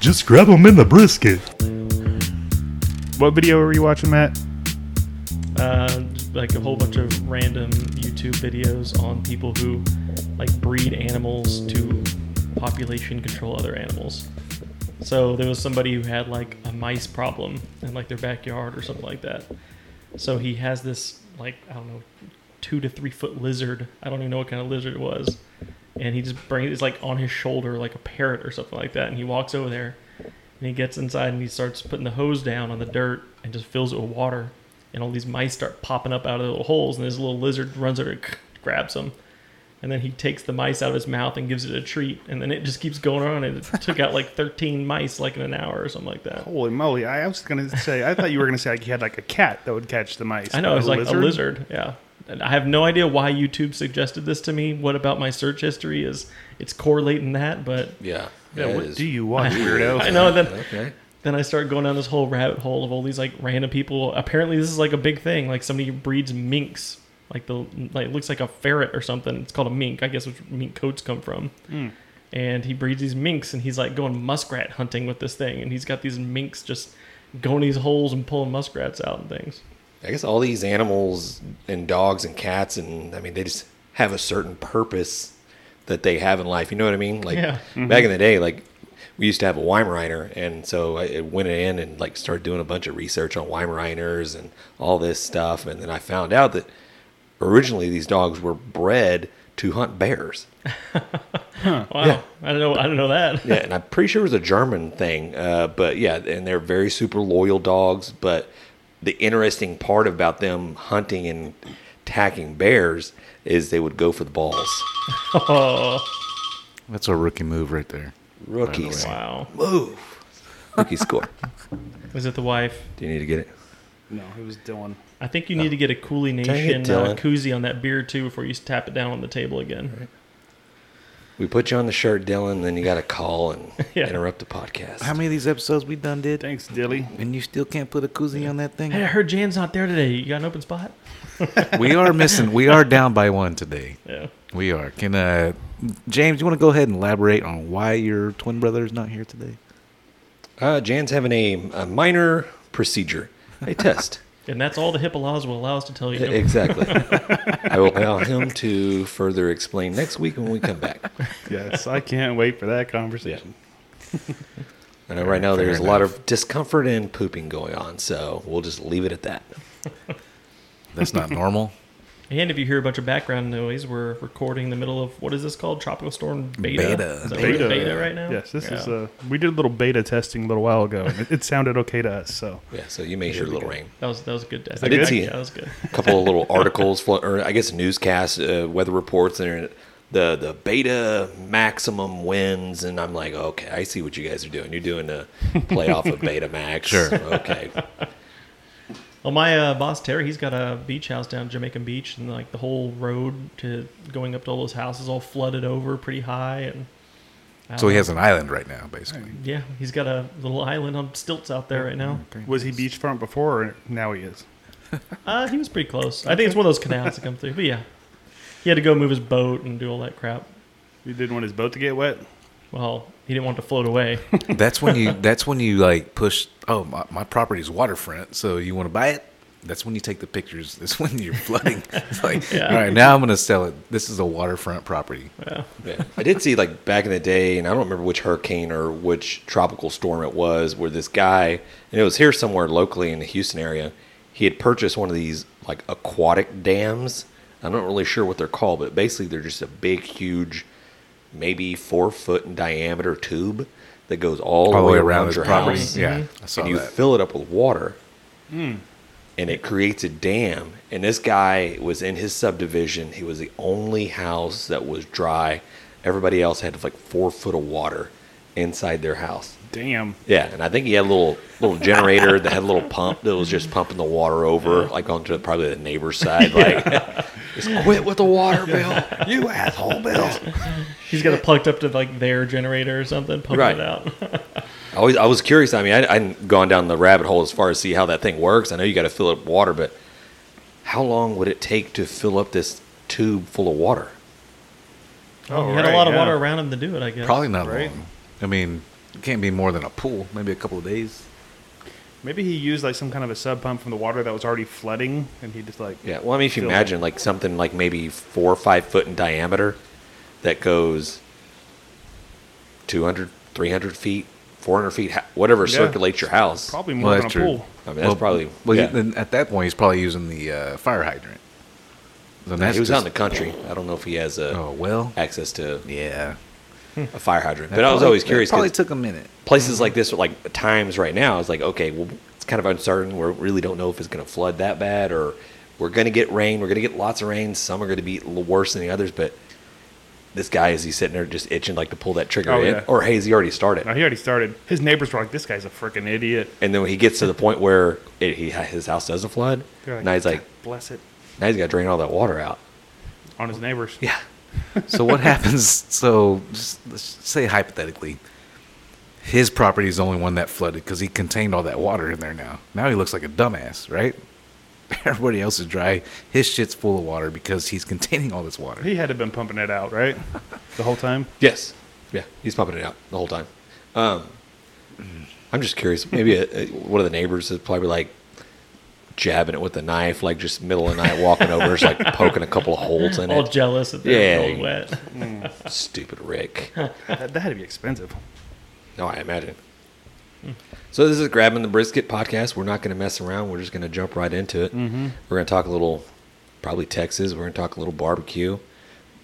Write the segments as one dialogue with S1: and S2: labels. S1: Just grab them in the brisket.
S2: What video were you watching, Matt?
S3: Uh, like a whole bunch of random YouTube videos on people who like breed animals to population control other animals. So there was somebody who had like a mice problem in like their backyard or something like that. So he has this like I don't know two to three foot lizard. I don't even know what kind of lizard it was. And he just brings it's like on his shoulder like a parrot or something like that. And he walks over there and he gets inside and he starts putting the hose down on the dirt and just fills it with water. And all these mice start popping up out of the little holes. And this little lizard runs over and grabs them. And then he takes the mice out of his mouth and gives it a treat. And then it just keeps going on. And it took out like 13 mice like in an hour or something like that.
S2: Holy moly! I was gonna say. I thought you were gonna say like you had like a cat that would catch the mice.
S3: I know,
S2: but
S3: it was like a lizard. Yeah. And I have no idea why YouTube suggested this to me. What about my search history is it's correlating that, but
S4: Yeah.
S2: Yeah,
S4: that
S2: what
S4: is
S2: do you watch,
S4: weird.
S2: weirdo?
S3: I know that
S4: Okay.
S3: then I start going down this whole rabbit hole of all these like random people. Apparently, this is like a big thing. Like somebody breeds minks, like the like it looks like a ferret or something. It's called a mink, I guess, which mink coats come from. And he breeds these minks, and he's like going muskrat hunting with this thing, and he's got these minks just going these holes and pulling muskrats out and things.
S4: I guess all these animals and dogs and cats and I mean they just have a certain purpose that they have in life. You know what I mean? Like
S3: Yeah.
S2: Mm-hmm.
S4: back in the day, like we used to have a Weimaraner, and so I I went in and like started doing a bunch of research on Weimaraners and all this stuff, and then I found out that originally these dogs were bred to hunt bears.
S3: Wow, I don't know, I don't know that.
S4: Yeah, and I'm pretty sure it was a German thing. Uh, but yeah, and they're very super loyal dogs. But the interesting part about them hunting and attacking bears is they would go for the balls.
S3: Oh,
S1: That's a rookie move right there.
S4: Rookies
S3: wow.
S4: move. Rookie score.
S3: Was it the wife?
S4: Do you need to get it?
S2: No, it was Dylan.
S3: I think you need to get a Cooley Nation uh,
S4: Dylan.
S3: koozie on that beer too before you tap it down on the table again.
S4: We put you on the shirt, Dylan. Then you got to call and
S3: Yeah.
S4: interrupt the podcast.
S5: How many of these episodes we done did?
S2: Thanks, Dilly.
S5: And you still can't put a koozie on that thing?
S3: Hey, I heard Jan's not there today. You got an open spot?
S5: we are missing. We are down by one today.
S3: Yeah.
S5: We are. Can uh, James, you want to go ahead and elaborate on why your twin brother is not here today?
S4: Uh, Jan's having a, a minor procedure, a test.
S3: And that's all the HIPAA laws will allow us to tell you.
S4: exactly. I will allow him to further explain next week when we come back.
S2: Yes, I can't wait for that conversation.
S4: I know Uh, right now
S5: fair
S4: there's a lot of discomfort and pooping going on, so we'll just leave it at that.
S5: That's not normal.
S3: And if you hear a bunch of background noise, we're recording in the middle of what is this called? Tropical storm beta.
S5: Beta.
S3: Is that
S2: Beta.
S3: what it is? beta right now.
S2: Yes, this is
S3: Yeah.
S2: uh we did a little beta testing a little while ago and it, it sounded okay to us, so
S4: Yeah, so you may hear a little rain.
S3: that was that was a good. Test.
S4: I did
S3: Yeah,
S4: see it.
S3: That was good.
S4: A couple of little articles, flo- or I guess newscasts, uh, weather reports, and the the beta maximum wins, and I'm like, okay, I see what you guys are doing. You're doing a playoff of beta max. Sure. Okay.
S3: Well, my uh, boss Terry, he's got a beach house down in Jamaican Beach, and like the whole road to going up to all those houses all flooded over pretty high, and
S5: So he has an island right now, basically.
S3: yeah, he's got a little island on stilts out there right now.
S2: was he beachfront before or now he is?
S3: Uh, he was pretty close. I think it's one of those canals that come through. But yeah, he had to go move his boat and do all that crap.
S2: He didn't want his boat to get wet.
S3: Well, he didn't want it to float away.
S5: That's when you. That's when you like push. Oh, my, my property's waterfront, so you want to buy it. That's when you take the pictures. That's when you're flooding. It's like, all right, now I'm going to sell it. This is a waterfront property.
S4: Yeah. I did see like back in the day, and I don't remember which hurricane or which tropical storm it was, where this guy, and it was here somewhere locally in the Houston area, he had purchased one of these like aquatic dams. I'm not really sure what they're called, but basically they're just a big, huge, maybe four foot in diameter tube that goes all, the way around,
S5: his
S4: your
S5: property.
S4: house
S5: Yeah, I saw
S4: and you
S5: that.
S4: fill it up with water, and it creates a dam. And this guy was in his subdivision. He was the only house that was dry. Everybody else had like four foot of water inside their house.
S2: Damn.
S4: Yeah, and I think he had a little little generator that had a little pump that was just pumping the water over, like onto probably the neighbor's side. Like, just quit with the water bill, you asshole, Bill.
S3: He's got it plugged up to like their generator or something, pumping
S4: Right.
S3: it out.
S4: I was, I was curious. I mean, I, I hadn't gone down the rabbit hole as far as see how that thing works. I know you got to fill up water, but how long would it take to fill up this tube full of water?
S2: Oh,
S3: Oh, he had a lot of water around him to do it, I guess.
S5: Probably not
S2: Right.
S5: long. I mean, It can't be more than a pool. Maybe a couple of days.
S2: Maybe he used like some kind of a sub pump from the water that was already flooding, and he just like
S4: Yeah. Well, I mean, if you
S2: Still-
S4: imagine like something like maybe four or five foot in diameter that goes 200, 300 feet, 400 feet, ha- whatever
S2: Yeah.
S4: circulates your house.
S2: probably more
S5: Well,
S2: than a
S5: that's true.
S2: pool.
S4: I mean, that's probably.
S5: Well,
S4: yeah.
S5: he, then at that point, he's probably using the uh, fire hydrant. Then
S4: he was
S5: just-
S4: out in the country. I don't know if he has uh,
S5: Oh well.
S4: access to
S5: Yeah.
S4: a fire hydrant.
S5: That
S4: But I was
S5: probably-
S4: always
S5: that
S4: curious. 'cause
S5: Probably took a minute.
S4: places like this, like times right now, is like okay, well, it's kind of uncertain. We really don't know if it's going to flood that bad, or we're going to get rain. We're going to get lots of rain. Some are going to be l- worse than the others, but this guy is he sitting there just itching like to pull that trigger
S2: Oh,
S4: in,
S2: yeah.
S4: or hey, has he already started?
S2: Now he already started. His neighbors were like, "This guy's a freaking idiot."
S4: And then when he gets to the point where it, he his house doesn't flood,
S2: They're
S4: now he's like,
S2: "God "Bless it,"
S4: now he's got to drain all that water out.
S2: on his neighbors.
S4: Yeah,
S5: So what happens? So just let's say hypothetically, his property is the only one that flooded because he contained all that water in there. Now, now he looks like a dumbass, right? Everybody else is dry. His shit's full of water because he's containing all this water.
S2: He had to have been pumping it out, right? The whole time.
S4: yes, yeah, he's pumping it out the whole time. Um, I'm just curious. Maybe a, a- one of the neighbors is probably like jabbing it with a knife, like just middle of the night walking over, just like poking a couple of holes in
S3: All
S4: it.
S3: jealous that they're
S4: Yeah.
S3: all wet.
S4: Stupid Rick.
S2: That, that had to be expensive.
S4: No, I imagine. So this is grabbing the brisket podcast. We're not going to mess around. We're just going to jump right into it. We're going to talk a little, probably Texas. We're going to talk a little barbecue.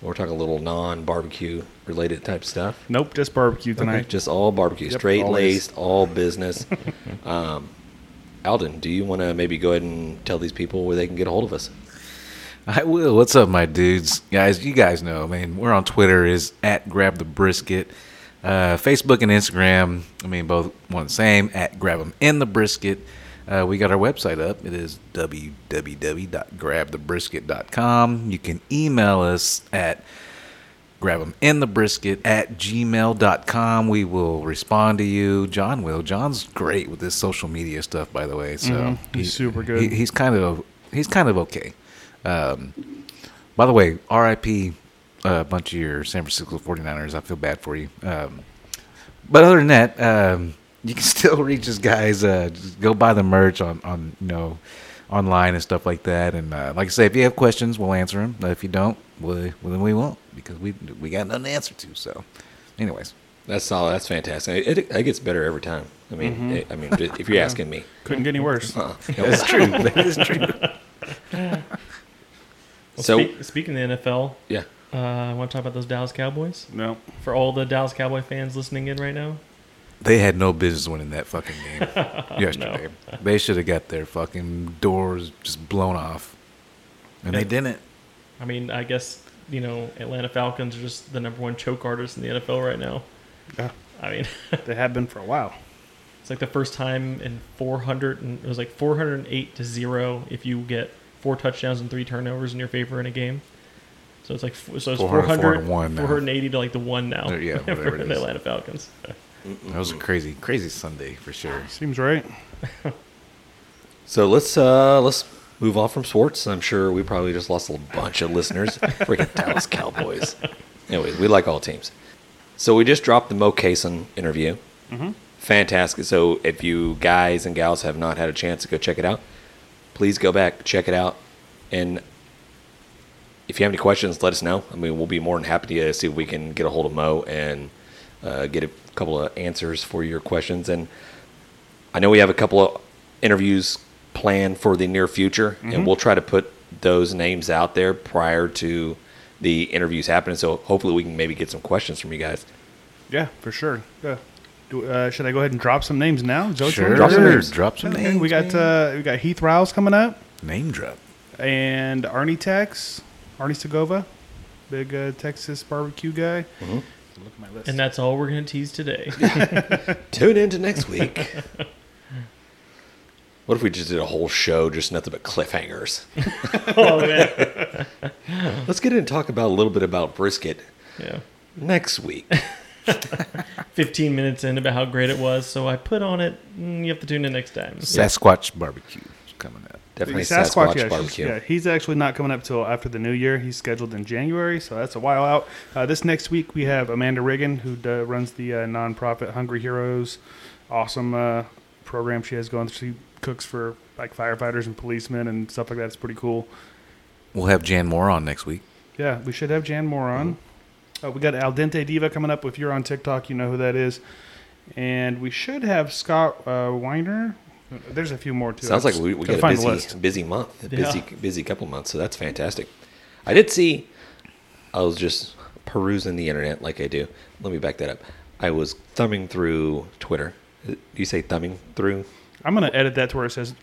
S4: We're talking a little non-barbecue related type stuff.
S2: Nope, just barbecue tonight.
S4: Just all barbecue,
S2: Yep,
S4: straight laced, all business. um, Alden, do you want to maybe go ahead and tell these people where they can get a hold of us?
S5: I will. What's up, my dudes? Guys, you guys know, man, we're on Twitter is at grab the brisket. Uh, Facebook and Instagram, I mean, both one and the same, at grab them in the brisket. Uh, we got our website up. It is www.grabthebrisket.com. You can email us at grab them in the brisket at gmail.com we will respond to you john will john's great with this social media stuff by the way so
S2: Mm, Mm-hmm. he's super good.
S5: Oh. he- he's kind of he's kind of okay um, by the way rip a uh, bunch of your san francisco 49ers i feel bad for you um, but other than that, um, you can still reach us, guys. Uh, just go buy the merch on, on you know, online and stuff like that. And uh, like I say, if you have questions, we'll answer them. If you don't, we, well, then we won't because we we got nothing to answer to. So, anyways,
S4: That's solid. That's fantastic. It, it, it gets better every time. I mean, it- I mean, if you're asking me,
S2: Couldn't get any worse.
S4: uh,
S5: that's true. That is true.
S3: Well,
S4: So-
S3: speak, speaking of the NFL,
S4: yeah.
S3: uh, I want to talk about those Dallas Cowboys.
S2: No.
S3: For all the Dallas Cowboy fans listening in right now,
S5: They had no business winning that fucking game yesterday. They should have got their fucking doors just blown off, and they didn't.
S3: I mean, I guess you know Atlanta Falcons are just the number one choke artist in the NFL right now.
S2: Yeah.
S3: I mean,
S2: They have been for a while.
S3: it's like the first time in 400 and it was like 408 to zero if you get four touchdowns and three turnovers in your favor in a game. So it's like f- so it's
S5: 400,
S3: 400,
S5: to one now.
S3: 480 to like the one now.
S5: There- yeah,
S3: for
S5: whatever it
S3: the
S5: is.
S3: Atlanta Falcons.
S5: That was a crazy, crazy Sunday for sure.
S2: Seems right.
S4: So let's uh, let's move on from sports. I'm sure we probably just lost a bunch of listeners. Freaking Dallas Cowboys. Anyways, we like all teams. So we just dropped the Mo Kaysen interview. Fantastic. So if you guys and gals have not had a chance to go check it out, please go back check it out. And if you have any questions, let us know. I mean, we'll be more than happy to see if we can get a hold of Mo and uh, get a couple of answers for your questions. And I know we have a couple of interviews planned for the near future,
S2: Mm-hmm.
S4: and we'll try to put those names out there prior to the interviews happening. So hopefully, we can maybe get some questions from you guys.
S2: Yeah, for sure. Yeah. Do, uh, should I go ahead and drop some names now? Is that what you want?
S5: Sure.
S4: Drop some names.
S5: Drop some
S2: Okay,
S5: names,
S2: we got
S5: man.
S2: uh, we got Heath Rouse coming up,
S5: name drop.
S2: and Arnie Tex, Arnie Segova, big uh, Texas barbecue guy. Look at my list.
S3: And that's all we're gonna tease today.
S4: Tune in to next week. what if we just did a whole show, just nothing but cliffhangers?
S3: oh man,
S4: Let's get in and talk about a little bit about brisket
S3: yeah.
S4: next week.
S3: 15 minutes in about how great it was, so I put on it. Mm, you have to tune in next time.
S5: Sasquatch barbecue is coming up.
S4: Definitely
S2: The
S4: Sasquatch,
S2: yeah, she's-
S4: barbecue.
S2: Yeah, he's actually not coming up till after the new year. He's scheduled in January, so that's a while out. Uh, this next week we have Amanda Riggin, who uh, runs the uh, nonprofit Hungry Heroes. Awesome uh, program she has going. She cooks for like firefighters and policemen and stuff like that. It's pretty cool.
S5: We'll have Jan Moore on next week.
S2: Yeah, we should have Jan Moore on.
S4: Mm-hmm.
S2: Uh, we got Al Dente Diva coming up. If you're on TikTok, you know who that is. And we should have Scott uh, Weiner. There's a few more too.
S4: Sounds
S2: I
S4: like we, we
S2: gotta
S4: got a
S2: find the
S4: busy, busy month, a
S3: Yeah.
S4: busy, busy couple months. So that's fantastic. I did see, I was just perusing the internet like I do. Let me back that up. I was thumbing through Twitter. Do you say thumbing through?
S2: I'm gonna edit that to where it says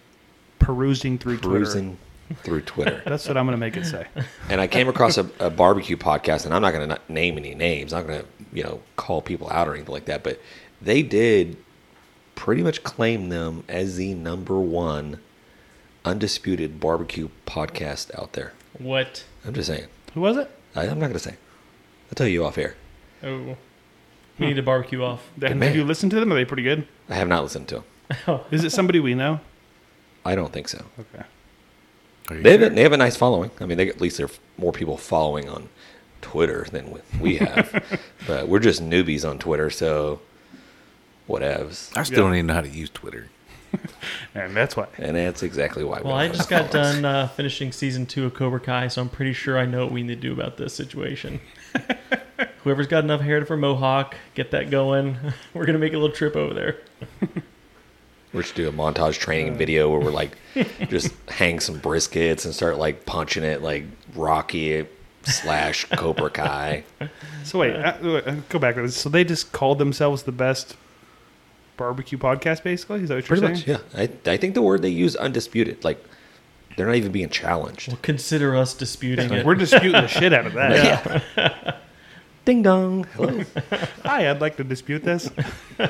S2: perusing through Twitter.
S4: Perusing through Twitter.
S2: That's what I'm gonna make it say.
S4: and I came across a, a barbecue podcast, and I'm not going to name any names. I'm not going to you know call people out or anything like that. But they did pretty much claim them as the number one undisputed barbecue podcast out there.
S3: What?
S4: I'm just saying.
S2: Who was it?
S4: I, I'm not going to say. I'll tell you off air.
S3: Oh, we need to barbecue off.
S2: Have
S4: man.
S2: you listened to them? Are they pretty good?
S4: I have not listened to them.
S2: Is it somebody we know?
S4: I don't think so.
S2: Okay.
S5: Are you
S4: They have,
S5: sure?
S4: a, they have a nice following. I mean, they, at least there are more people following on Twitter than we- we have. but we're just newbies on Twitter, so whatevs.
S5: I still don't even know how to use Twitter.
S2: And that's why.
S4: And that's exactly why. we
S3: Well,
S4: don't
S3: I
S4: have
S3: just got
S4: followers.
S3: done uh, finishing season two of Cobra Kai, so I'm pretty sure I know what we need to do about this situation. Whoever's got enough hair for mohawk, get that going. We're gonna make a little trip over there.
S4: We're just do a montage training video where we're like, just hang some briskets and start like punching it like Rocky slash Cobra Kai.
S2: So wait, uh, wait, uh, go back. to this. So they just called themselves the best barbecue podcast, basically. Is that what you're
S4: Pretty
S2: saying?
S4: much, yeah. I, I think the word they use undisputed. Like, they're not even being challenged.
S3: Well, consider us disputing it.
S2: We're disputing the shit out of that.
S4: Yeah. Ding dong. Hello.
S2: Hi, I'd like to dispute this.
S4: Oh,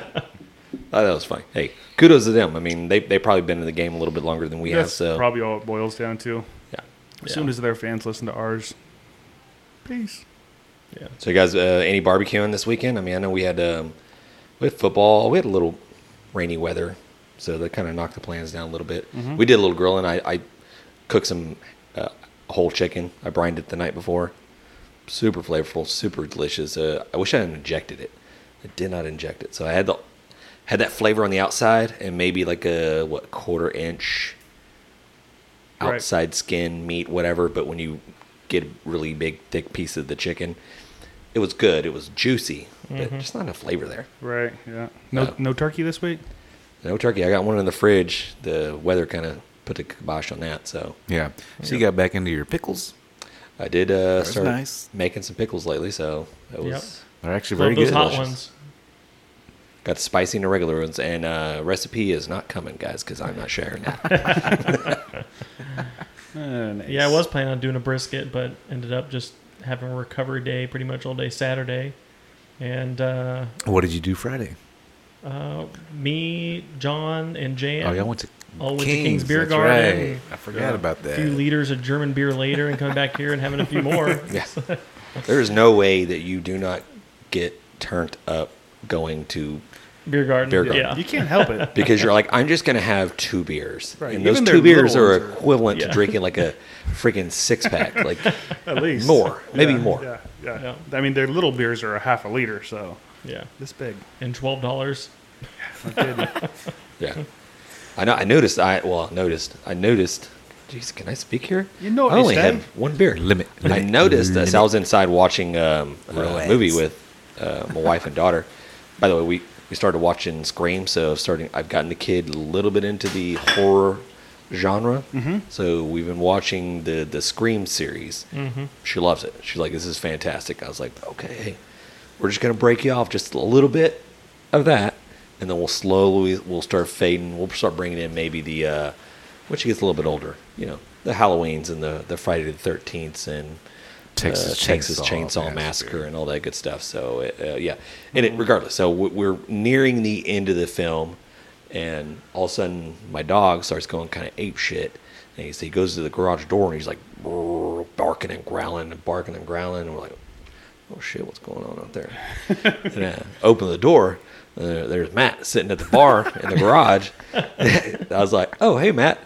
S4: that was funny. Hey, kudos to them. I mean, they they probably been in the game a little bit longer than we have.
S2: That's
S4: So
S2: probably all it boils down to.
S4: yeah.
S2: As soon as their fans listen to ours, peace.
S4: So you guys, uh, any barbecuing this weekend? I mean, I know we had um, we had football. We had a little rainy weather, so that kind of knocked the plans down a little bit. We did a little grilling. I, I cooked some uh, whole chicken. I brined it the night before. Super flavorful, super delicious. Uh, I wish I had injected it. I did not inject it, so I had the had that flavor on the outside and maybe like a what quarter inch
S2: Right.
S4: outside skin, meat, whatever. But when you get a really big, thick piece of the chicken, it was good. It was juicy, but just not enough flavor there.
S2: Right. Yeah. No.
S4: Uh,
S2: no turkey this week.
S4: No turkey. I got one in the fridge. The weather kind of put the kibosh on that, so
S5: Yeah. So you got back into your pickles.
S4: I did uh,
S5: That's
S4: start
S5: nice.
S4: making some pickles lately. So it was
S3: Yep.
S5: They're actually
S3: Love
S5: very
S3: those
S5: good.
S3: hot
S4: Delicious.
S3: ones.
S4: got the spicy and the regular ones, and uh, recipe is not coming, guys, because I'm not sharing that.
S2: Uh, nice.
S3: Yeah, I was planning on doing a brisket, but ended up just having a recovery day pretty much all day Saturday. And uh,
S5: What did you do Friday?
S3: uh, me, John, and Jan.
S5: Oh, y'all went to
S3: all went
S5: King's,
S3: to King's Beer
S5: That's
S3: Garden.
S5: right. I forgot about
S3: a
S5: that.
S3: few liters of German beer later and coming back here and having a few more.
S4: yeah. There is no way that you do not get turned up going to
S3: Beer garden.
S4: Beer garden.
S3: Yeah.
S2: You can't help it.
S4: because you're like, I'm just gonna have two beers,
S2: Right,
S4: and
S2: even
S4: those
S2: their
S4: two beers
S2: little
S4: are
S2: ones are-
S4: equivalent
S3: Yeah.
S4: to drinking like a freaking six pack, like
S2: At least
S4: more, maybe
S2: Yeah,
S4: more.
S2: Yeah, yeah.
S3: Yeah.
S2: I mean, their little beers are a half a liter, so
S3: Yeah.
S2: this big.
S3: And twelve dollars.
S2: No kidding.
S4: Yeah,
S2: Hmm.
S4: I know. I noticed. I well noticed. I noticed. Jeez, can I speak here?
S2: You know what
S4: I
S2: you
S4: only
S2: said.
S4: had one beer.
S5: Limit,
S4: I
S5: limit,
S4: noticed as I was inside watching um, a
S5: Relax.
S4: movie with uh, my wife and daughter. By the way, we we started watching Scream, so starting I've gotten the kid a little bit into the horror genre.
S2: Mm-hmm.
S4: So we've been watching the the Scream series. Mm-hmm. She loves it. She's like, "This is fantastic." I was like, "Okay, we're just gonna break you off just a little bit of that, and then we'll slowly we'll start fading. We'll start bringing in maybe the uh, when she gets a little bit older, you know, the Halloweens and the the Friday the Thirteenth and
S5: Texas
S4: uh, Texas
S5: Chainsaw
S4: Chainsaw Massacre.
S5: Massacre.
S4: and all that good stuff. So it, uh, yeah, and it, regardless, so we- we're nearing the end of the film, and all of a sudden my dog starts going kind of ape shit, and he's, he goes to the garage door and he's like "Brrr," barking and growling and barking and growling, and we're like, oh shit, what's going on out there? and I open the door. Uh, there's Matt sitting at the bar in the garage. I was like, oh hey Matt.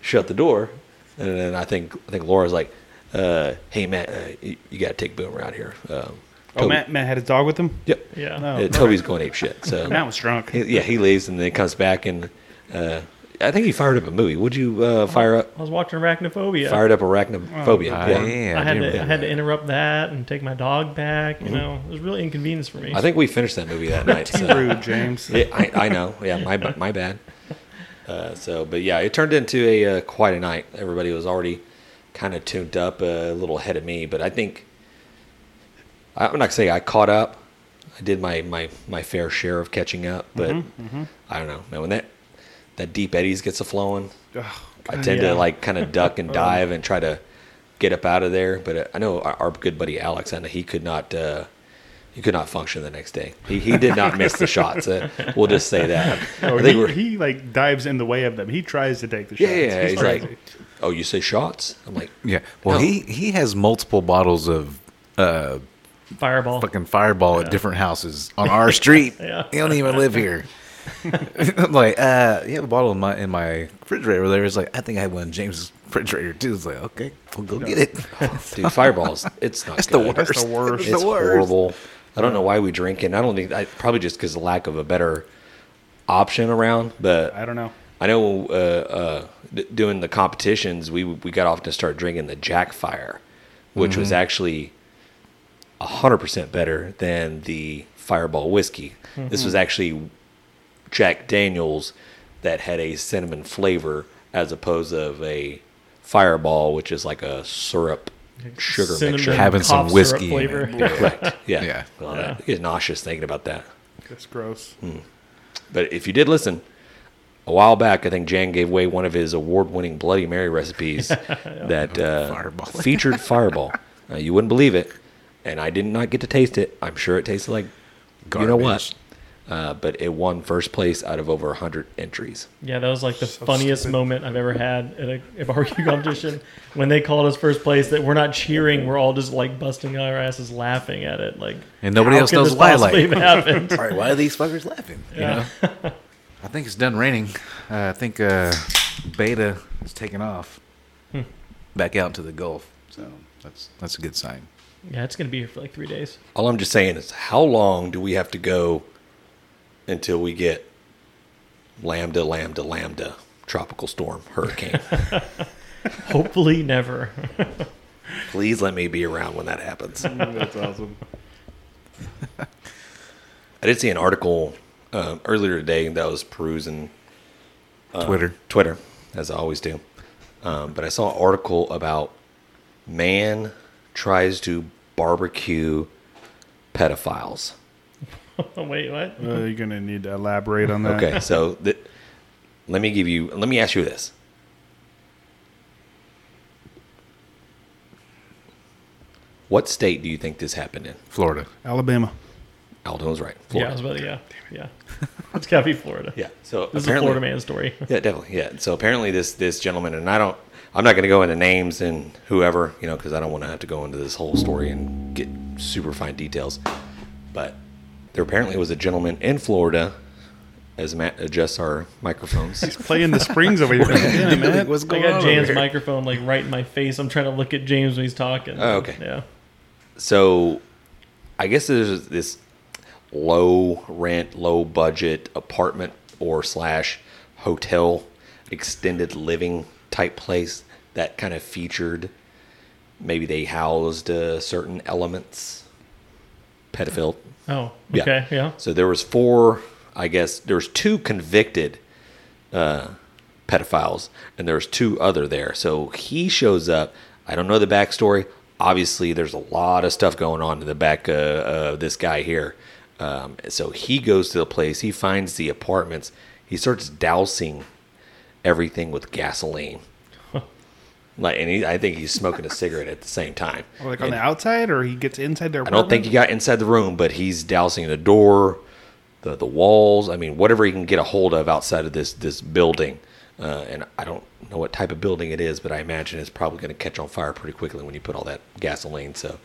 S4: shut the door. And then I think I think Laura's like, uh, "Hey Matt, uh, you, you got to take Boomer out here." Um,
S2: Oh,
S4: Toby-
S2: Matt, Matt had his dog with him.
S4: Yep.
S3: Yeah.
S2: No.
S4: Uh, Toby's going ape shit. So
S2: Matt was drunk.
S4: He- yeah, he leaves and then comes back and uh, I think he fired up a movie. Would you uh, fire up?
S3: I was watching Arachnophobia.
S4: Fired up arachnophobia.
S5: Ah,
S2: Oh,
S4: yeah.
S5: yeah,
S3: I had
S5: do
S3: to I
S5: remember
S3: had to
S5: that.
S3: interrupt that and take my dog back. You
S5: Mm-hmm.
S3: know, it was really inconvenience for me.
S4: I think we finished that movie that night. So.
S2: Rude, James.
S4: Yeah, I, I know. Yeah, my b- my bad. Uh, so, but yeah, it turned into a uh, quite a night. Everybody was already kind of tuned up, uh, a little ahead of me. But I think I- I'm not gonna say I caught up. I did my my my fair share of catching up, but I don't know. Man, when that that deep eddies gets a flowing,
S2: Ugh, Um,
S4: I tend
S3: Yeah.
S4: to like kind of duck and dive and try to get up out of there. But uh, I know our, our good buddy Alex, I know he could not. Uh, he could not function the next day. He, he did not miss the shots. Uh, we'll just say that.
S2: Or
S4: I
S2: Oh,
S4: think
S2: he,
S4: we're,
S2: he like dives in the way of them. He tries to take the
S4: yeah,
S2: shots.
S4: yeah, yeah. He's
S2: crazy.
S4: like, oh, you say shots? I'm like,
S5: Yeah. Well,
S4: No.
S5: he he has multiple bottles of uh,
S3: Fireball.
S5: fucking Fireball at different houses on our street.
S3: Yeah.
S5: You don't even live here. I'm like, uh, you have a bottle in my in my refrigerator over there. It's like, I think I have one in James's refrigerator too. It's like, okay, we'll go get it.
S4: "Oh, dude, fireballs. It's not.
S5: That's the
S4: good.
S5: worst.
S2: That's the worst.
S5: It's
S4: It's
S5: the worst.
S4: horrible. I don't know why we drink it. I don't think I, probably just because the lack of a better option around. But
S2: I don't know.
S4: I know uh, uh, d- doing the competitions, we we got off to start drinking the Jack Fire, which was actually hundred percent better than the Fireball whiskey. This was actually Jack Daniels that had a cinnamon flavor, as opposed of a Fireball, which is like a syrup sugar
S3: Cinnamon
S4: mixture.
S3: Have-
S5: Having some
S3: Cough syrup
S5: whiskey. in
S3: flavor.
S5: it.
S4: Correct. Yeah.
S5: Yeah.
S4: Well, I get nauseous thinking about that.
S2: That's gross.
S4: But if you did listen, a while back, I think Jan gave away one of his award-winning Bloody Mary recipes that uh,
S5: Fireball.
S4: featured Fireball. Uh, you wouldn't believe it, and I did not get to taste it. I'm sure it tasted like you know what, uh,
S5: Garbage.
S4: but it won first place out of over 100 entries.
S3: Yeah, that was like the funniest moment I've ever had at a, a barbecue competition when they called us first place. That we're not cheering, we're all just like busting our asses laughing at it. Like,
S5: And nobody
S3: how
S5: else
S3: could
S5: knows
S3: this
S5: why,
S3: possibly
S5: like-
S3: have happened?
S5: All right, why are these fuckers laughing? You know? I think it's done raining. Uh, I think uh, Beta is taking off
S3: Hmm.
S5: back out to the Gulf. So that's that's a good sign.
S3: Yeah, it's gonna be here for like three days.
S4: All I'm just saying is, how long do we have to go until we get lambda, lambda, lambda tropical storm hurricane?
S3: Hopefully, never.
S4: Please let me be around when that happens.
S2: That's awesome.
S4: I did see an article um, earlier today that I was perusing
S5: Twitter.
S4: Twitter, as I always do. Um, but I saw an article about man tries to barbecue pedophiles.
S3: Oh, Wait, what?
S2: Uh, you're gonna need to elaborate on that.
S4: Okay, so th- let me give you. Let me ask you this. What state do you think this happened in?
S5: Florida.
S2: Alabama.
S4: Aldo was right.
S3: Yeah, I
S4: Florida.
S3: was about to, yeah, yeah. It's gotta be Florida.
S4: Yeah, So
S3: this is a
S4: apparently,
S3: Florida man story.
S4: Yeah, definitely. Yeah. So apparently, this this gentleman and I don't. I'm not going to go into names and whoever you know because I don't want to have to go into this whole story and get super fine details. But there apparently was a gentleman in Florida, as Matt adjusts our microphones.
S2: Playing the springs over here. Yeah, man.
S5: What's
S3: I
S5: going
S3: got
S5: on?
S3: James'
S5: over here?
S3: microphone like right in my face. I'm trying to look at James when he's talking.
S4: Oh, okay.
S3: Yeah.
S4: so I guess there's this low rent, low budget apartment or slash hotel extended living type place that kind of featured maybe they housed uh, certain elements pedophile
S3: Oh.
S4: Yeah.
S3: Okay. Yeah.
S4: so there was four i guess there was two convicted uh, pedophiles and there's two other there so he shows up i don't know the backstory obviously there's a lot of stuff going on in the back uh, of this guy here um, so he goes to the place he finds the apartments he starts dousing everything with gasoline like and he, i think he's smoking a cigarette at the same time
S2: Like on the outside, or he gets inside their.
S4: I don't think he got inside the room, but he's dousing the door, the the walls. I mean, whatever he can get a hold of outside of this this building. Uh, and I don't know what type of building it is, but I imagine it's probably going to catch on fire pretty quickly when you put all that gasoline. So,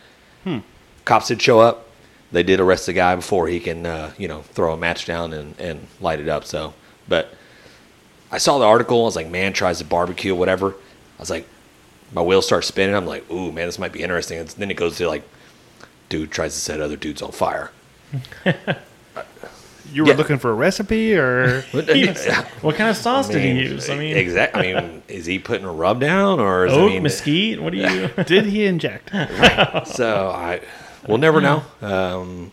S4: cops did show up. They did arrest the guy before he can, uh, you know, throw a match down and, and light it up. So, but I saw the article. I was like, man tries to barbecue, whatever. I was like, my wheels start spinning. I'm like, ooh, man, this might be interesting. And then it goes to like, dude tries to set other dudes on fire.
S2: You were
S4: Yeah.
S2: looking for a recipe, or
S4: uh,
S3: what kind of sauce did he use? I mean, Oh,
S4: exactly. I mean, is he putting a rub down or is I
S3: oak,
S4: mean,
S3: mesquite. What do you?
S2: did he inject?
S4: so I, we'll never know. Um,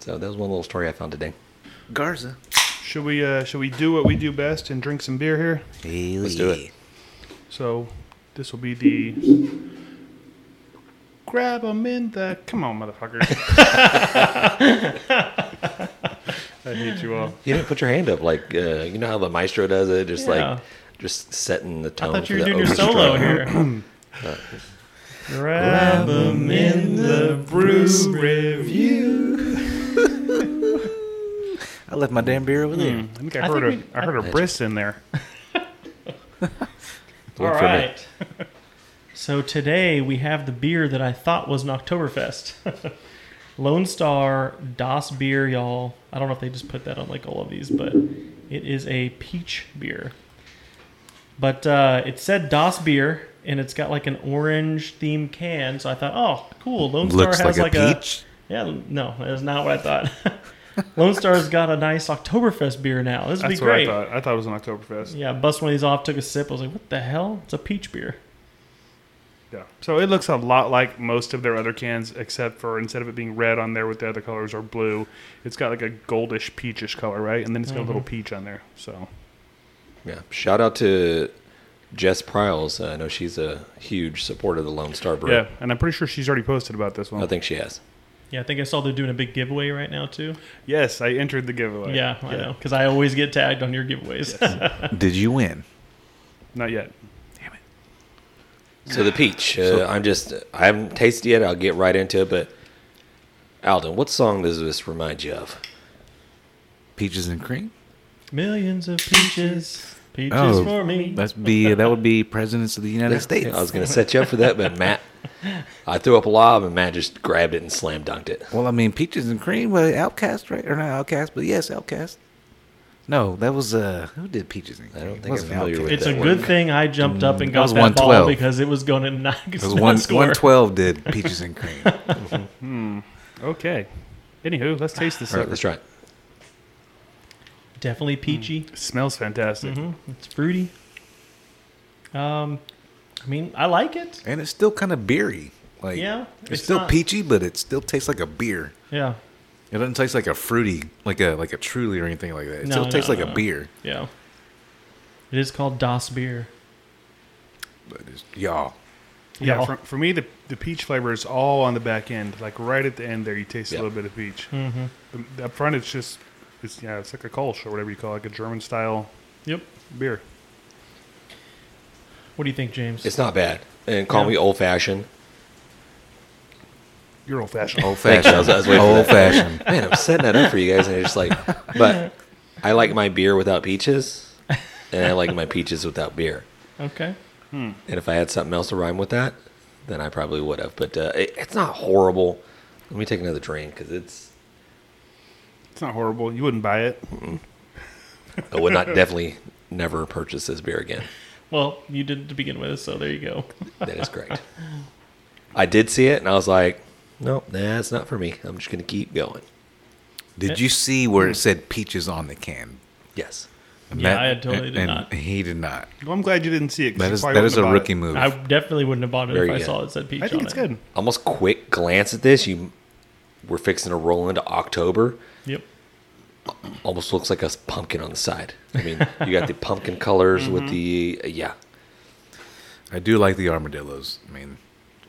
S4: so that was one little story I found today.
S5: Garza.
S2: Should we uh, should we do what we do best and drink some beer here?
S4: Let's do it.
S2: So this will be the grab 'em in the come on, motherfucker. I hate you all.
S4: You didn't put your hand up like uh, you know how the maestro does it, just
S3: Yeah.
S4: like just setting the
S3: I
S4: tone.
S3: thought you were
S4: for Oh, the
S3: doing your
S4: orchestra.
S3: solo here.
S2: Grab 'em in the brew review.
S5: I left my damn beer over there.
S2: I think I, heard a I
S3: think
S2: heard a brisk in there.
S3: All
S4: Look for me.
S3: right. so today we have the beer that I thought was an Oktoberfest. Lone Star Das Beer, y'all. I don't know if they just put that on like all of these, but it is a peach beer. But uh, it said Das Beer, and it's got like an orange themed can. So I thought, oh, cool. Lone Star
S5: Looks
S3: has like
S5: like a
S3: a,
S5: peach.
S3: yeah. No, that's not what I thought. Lone Star's got a nice Oktoberfest beer now. This would be
S2: That's what
S3: great.
S2: I thought. I thought it was an Oktoberfest.
S3: Yeah, bust one of these off, took a sip. I was like, what the hell? It's a peach beer.
S2: Yeah. So it looks a lot like most of their other cans, except for instead of it being red on there with the other colors or blue, it's got like a goldish peachish color, right? And then it's got a little
S3: Mm-hmm.
S2: peach on there. So
S4: Yeah. Shout out to Jess Pryles. I know she's a huge supporter of the Lone Star Brew.
S2: yeah, and I'm pretty sure she's already posted about this one.
S4: I think she has.
S3: Yeah, I think I saw they're doing a big giveaway right now, too.
S2: yes, I entered the giveaway.
S3: Oh, yeah, I know. Because I always get tagged on your giveaways.
S5: Did you win?
S2: Not yet.
S4: So the peach. Uh, I'm just. I haven't tasted yet. I'll get right into it. But Alden, what song does this remind you of?
S5: Peaches and cream.
S3: Millions of peaches. Peaches
S5: Oh.
S3: for me.
S5: That's be uh, that would be presidents of the United States.
S4: I was going to set you up for that, but Matt, I threw up a lob and Matt just grabbed it and slam dunked it.
S5: Well, I mean, peaches and cream, well, Outcast, right? Or not Outcast, but yes, Outcast. No, that was uh, who did peaches and cream?
S4: don't think I'm
S5: Wasn't
S4: familiar with
S3: It's a
S4: that
S3: good
S4: work.
S3: thing I jumped up and
S5: Mm, That
S3: got
S5: was
S3: that, ball
S5: 112.
S3: because it was going to not,
S5: It was
S3: not
S5: one
S3: score.
S5: one twelve did peaches and cream.
S2: Okay. Anywho, let's taste this.
S4: All right,
S2: sucker.
S4: let's try it.
S3: Definitely peachy. Mm-hmm.
S2: It smells fantastic.
S3: It's fruity. Um, I mean, I like it.
S5: and it's still kind of beery. Like
S3: Yeah,
S5: it's,
S3: it's
S5: still
S3: not-
S5: peachy, but it still tastes like a beer.
S3: Yeah.
S5: It doesn't taste like a fruity, like a like a truly or anything like that. It
S3: No,
S5: still
S3: no,
S5: tastes like
S3: no,
S5: a
S3: no.
S5: beer.
S3: Yeah. It is called Das Beer.
S5: But it's, y'all,
S2: Yeah.
S3: Yeah.
S2: For, for me, the the peach flavor is all on the back end, like right at the end there. You taste a
S4: Yeah.
S2: little bit of peach. Mm-hmm. The, up front, it's just it's yeah, it's like a Kolsch or whatever you call it, like a German style
S3: Yep.
S2: beer.
S3: What do you think, James?
S4: It's not bad. And call
S3: Yeah.
S4: me old fashioned.
S2: You're old fashioned.
S5: old
S4: Thank you. I was-
S5: fashioned,
S4: I was waiting for
S5: old
S4: that.
S5: fashioned.
S4: Man, I'm setting that up for you guys, and it's just like, but I like my beer without peaches, and I like my peaches without beer.
S3: okay.
S4: And if I had something else to rhyme with that, then I probably would have. But uh, it, it's not horrible. Let me take another drink because it's.
S2: It's not horrible. You wouldn't buy it.
S4: I would not definitely never purchase this beer again.
S3: Well, you did to begin with, so there you go.
S4: That is correct. I did see it, and I was like, nope, nah, it's not for me. I'm just gonna keep going.
S5: Did you see where it said peaches on the can?
S4: Yes.
S5: And
S3: Yeah, I totally did
S5: and
S3: not.
S5: He did not.
S2: Well, I'm glad you didn't see it. 'cause
S5: That
S2: you
S5: is
S2: probably
S5: that
S2: wouldn't
S5: is a
S2: have bought
S5: rookie
S2: It.
S5: move.
S3: I definitely wouldn't have bought it
S4: Very
S3: if I
S4: good.
S3: saw it said peach.
S2: I think
S3: on
S2: it's
S3: it.
S2: good.
S4: Almost quick glance at this, you we're fixing to roll into October.
S3: Yep.
S4: almost looks like a pumpkin on the side. I mean, you got the pumpkin colors with the uh, yeah.
S5: I do like the armadillos. I mean,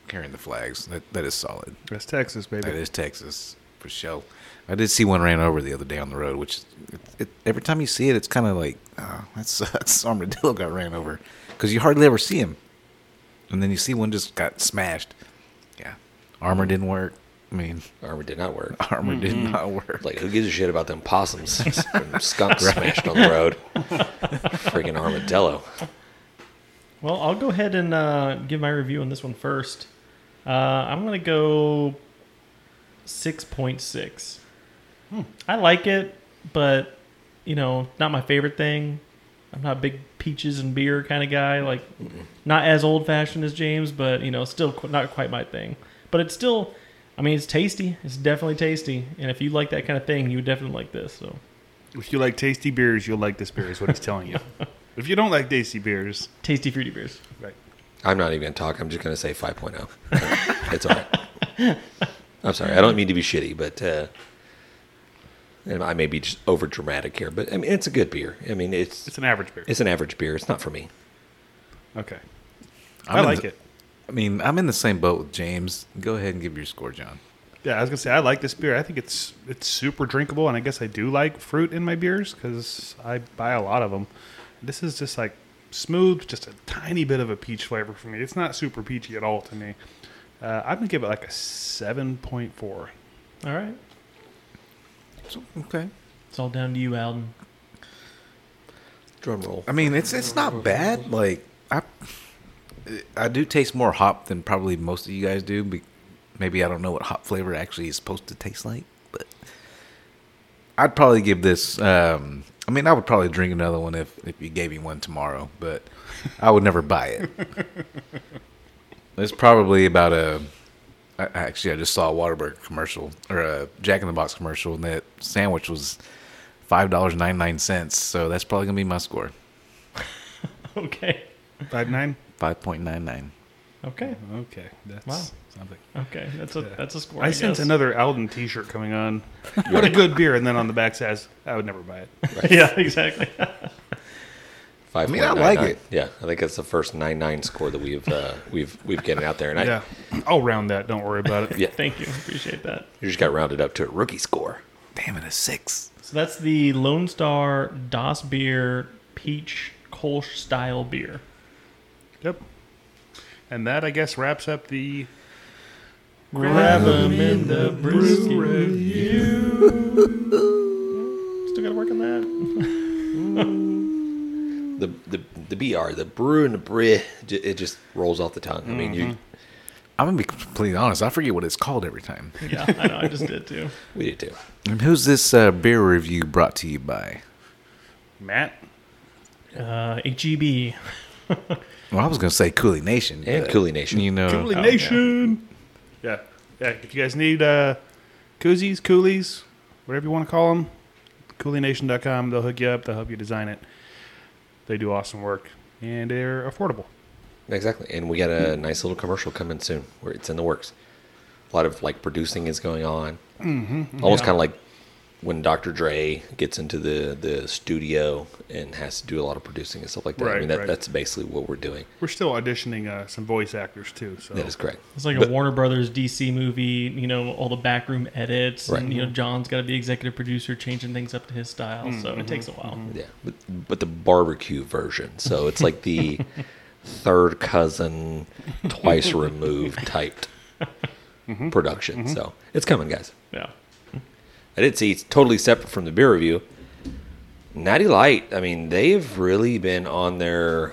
S5: carrying the flags that that is solid.
S2: That's Texas, baby.
S5: That is Texas for sure. I did see one ran over the other day on the road, which it, it, every time you see it, it's kind of like, oh, that sucks. Armadillo got ran over because you hardly ever see him, and then you see one just got smashed. Yeah, armor didn't work. I mean,
S4: Armor did not work.
S5: armor did
S3: Mm-hmm.
S5: not work.
S4: Like, who gives a shit about them possums and skunks smashed on the road? Freaking armadillo.
S3: Well, I'll go ahead and uh, give my review on this one first. Uh, I'm gonna go six point
S2: Hmm.
S3: six. I like it, but you know, not my favorite thing. I'm not a big peaches and beer kind of guy. Like, not as old fashioned as James, but you know, still qu- not quite my thing. But it's still, I mean, it's tasty. It's definitely tasty. And if you like that kind of thing, you would definitely like this. So
S2: If you like tasty beers, you'll like this beer. Is what he's telling you. if you don't like tasty beers,
S3: tasty fruity beers.
S2: right?
S4: I'm not even going to talk. I'm just going to say 5.0. it's all right. I'm sorry. I don't mean to be shitty, but uh, and I may be just over dramatic here, but I mean, it's a good beer. I mean, it's
S2: It's an average beer.
S4: it's an average beer. It's not for me.
S2: okay,
S5: I'm
S2: I
S5: in
S2: like
S5: the-
S2: it.
S5: I mean, I'm in the same boat with James. Go ahead and give your score, John.
S2: Yeah, I was gonna say I like this beer. I think it's it's super drinkable, and I guess I do like fruit in my beers because I buy a lot of them. This is just like smooth, just a tiny bit of a peach flavor for me. It's not super peachy at all to me. Uh, I'm gonna give it like a seven point four.
S3: All right.
S5: So, okay.
S3: It's all down to you, Alden.
S4: Drum roll.
S5: I mean, it's it's not bad. Like I, I do taste more hop than probably most of you guys do. Be, maybe I don't know what hop flavor actually is supposed to taste like, but I'd probably give this. Um, I mean, I would probably drink another one if if you gave me one tomorrow, but I would never buy it. it's probably about a. I, actually, I just saw a Waterburger commercial or a Jack in the Box commercial, and that sandwich was five dollars ninety nine cents. So that's probably gonna be my score.
S3: Okay.
S2: Five nine.
S5: Five point nine nine.
S3: Okay.
S2: Okay, that's
S3: Wow.
S2: something.
S3: Okay. That's a
S2: Yeah.
S3: that's a score.
S2: I, sense
S3: guess.
S2: another Alden T-shirt coming on. what a good beer! And then on the back says, "I would never buy it."
S3: yeah. Exactly.
S4: 5.99.
S5: mean, I like it.
S4: Yeah, I think that's the first 9.9 score that we've uh, we've we've gotten out there, and I
S2: yeah, I'll round that. Don't worry about it.
S4: Yeah.
S3: Thank you. Appreciate that.
S4: you just got rounded up to a rookie score.
S5: Damn it, a six.
S3: So that's the Lone Star Das Beer Peach Kolsch style beer.
S2: Yep. And that, I guess, wraps up the
S3: Grab 'em in the brisket review. Still gotta work on that.
S4: The the the br the brew and the bri j- it just rolls off the tongue. I mean, you
S5: I'm gonna be completely honest. I forget what it's called every time.
S3: Yeah, I know. I just did too.
S4: we did too.
S5: And who's this uh, beer review brought to you by?
S2: Matt.
S3: Uh, HEB.
S5: Well, I was gonna say Cooley Nation
S4: And
S5: but,
S4: Cooley Nation.
S5: You know,
S2: Cooley
S3: yeah.
S2: Nation. Oh, Yeah. yeah. If you guys need uh, koozies, coolies, whatever you want to call them, CooleyNation.com. They'll hook you up. They'll help you design it. They do awesome work, and they're affordable.
S4: Exactly. And we got a nice little commercial coming soon where it's in the works. A lot of like producing is going on. Mm-hmm, Almost kind of like when Dr. Dre gets into the, the studio and has to do a lot of producing and stuff like that. I
S2: Right,
S4: mean, that,
S2: right.
S4: that's basically what we're doing.
S2: We're still auditioning uh, some voice actors too. So
S4: That is correct.
S3: It's like a Warner Brothers DC movie, you know, all the backroom edits,
S4: Right.
S3: and you know, John's got to be executive producer, changing things up to his style. So it takes a while.
S4: Yeah. But, but the barbecue version. So it's like the third cousin, twice removed typed production. So it's coming, guys.
S3: Yeah,
S4: I did see it's totally separate from the beer review. Natty Light, I mean, they've really been on their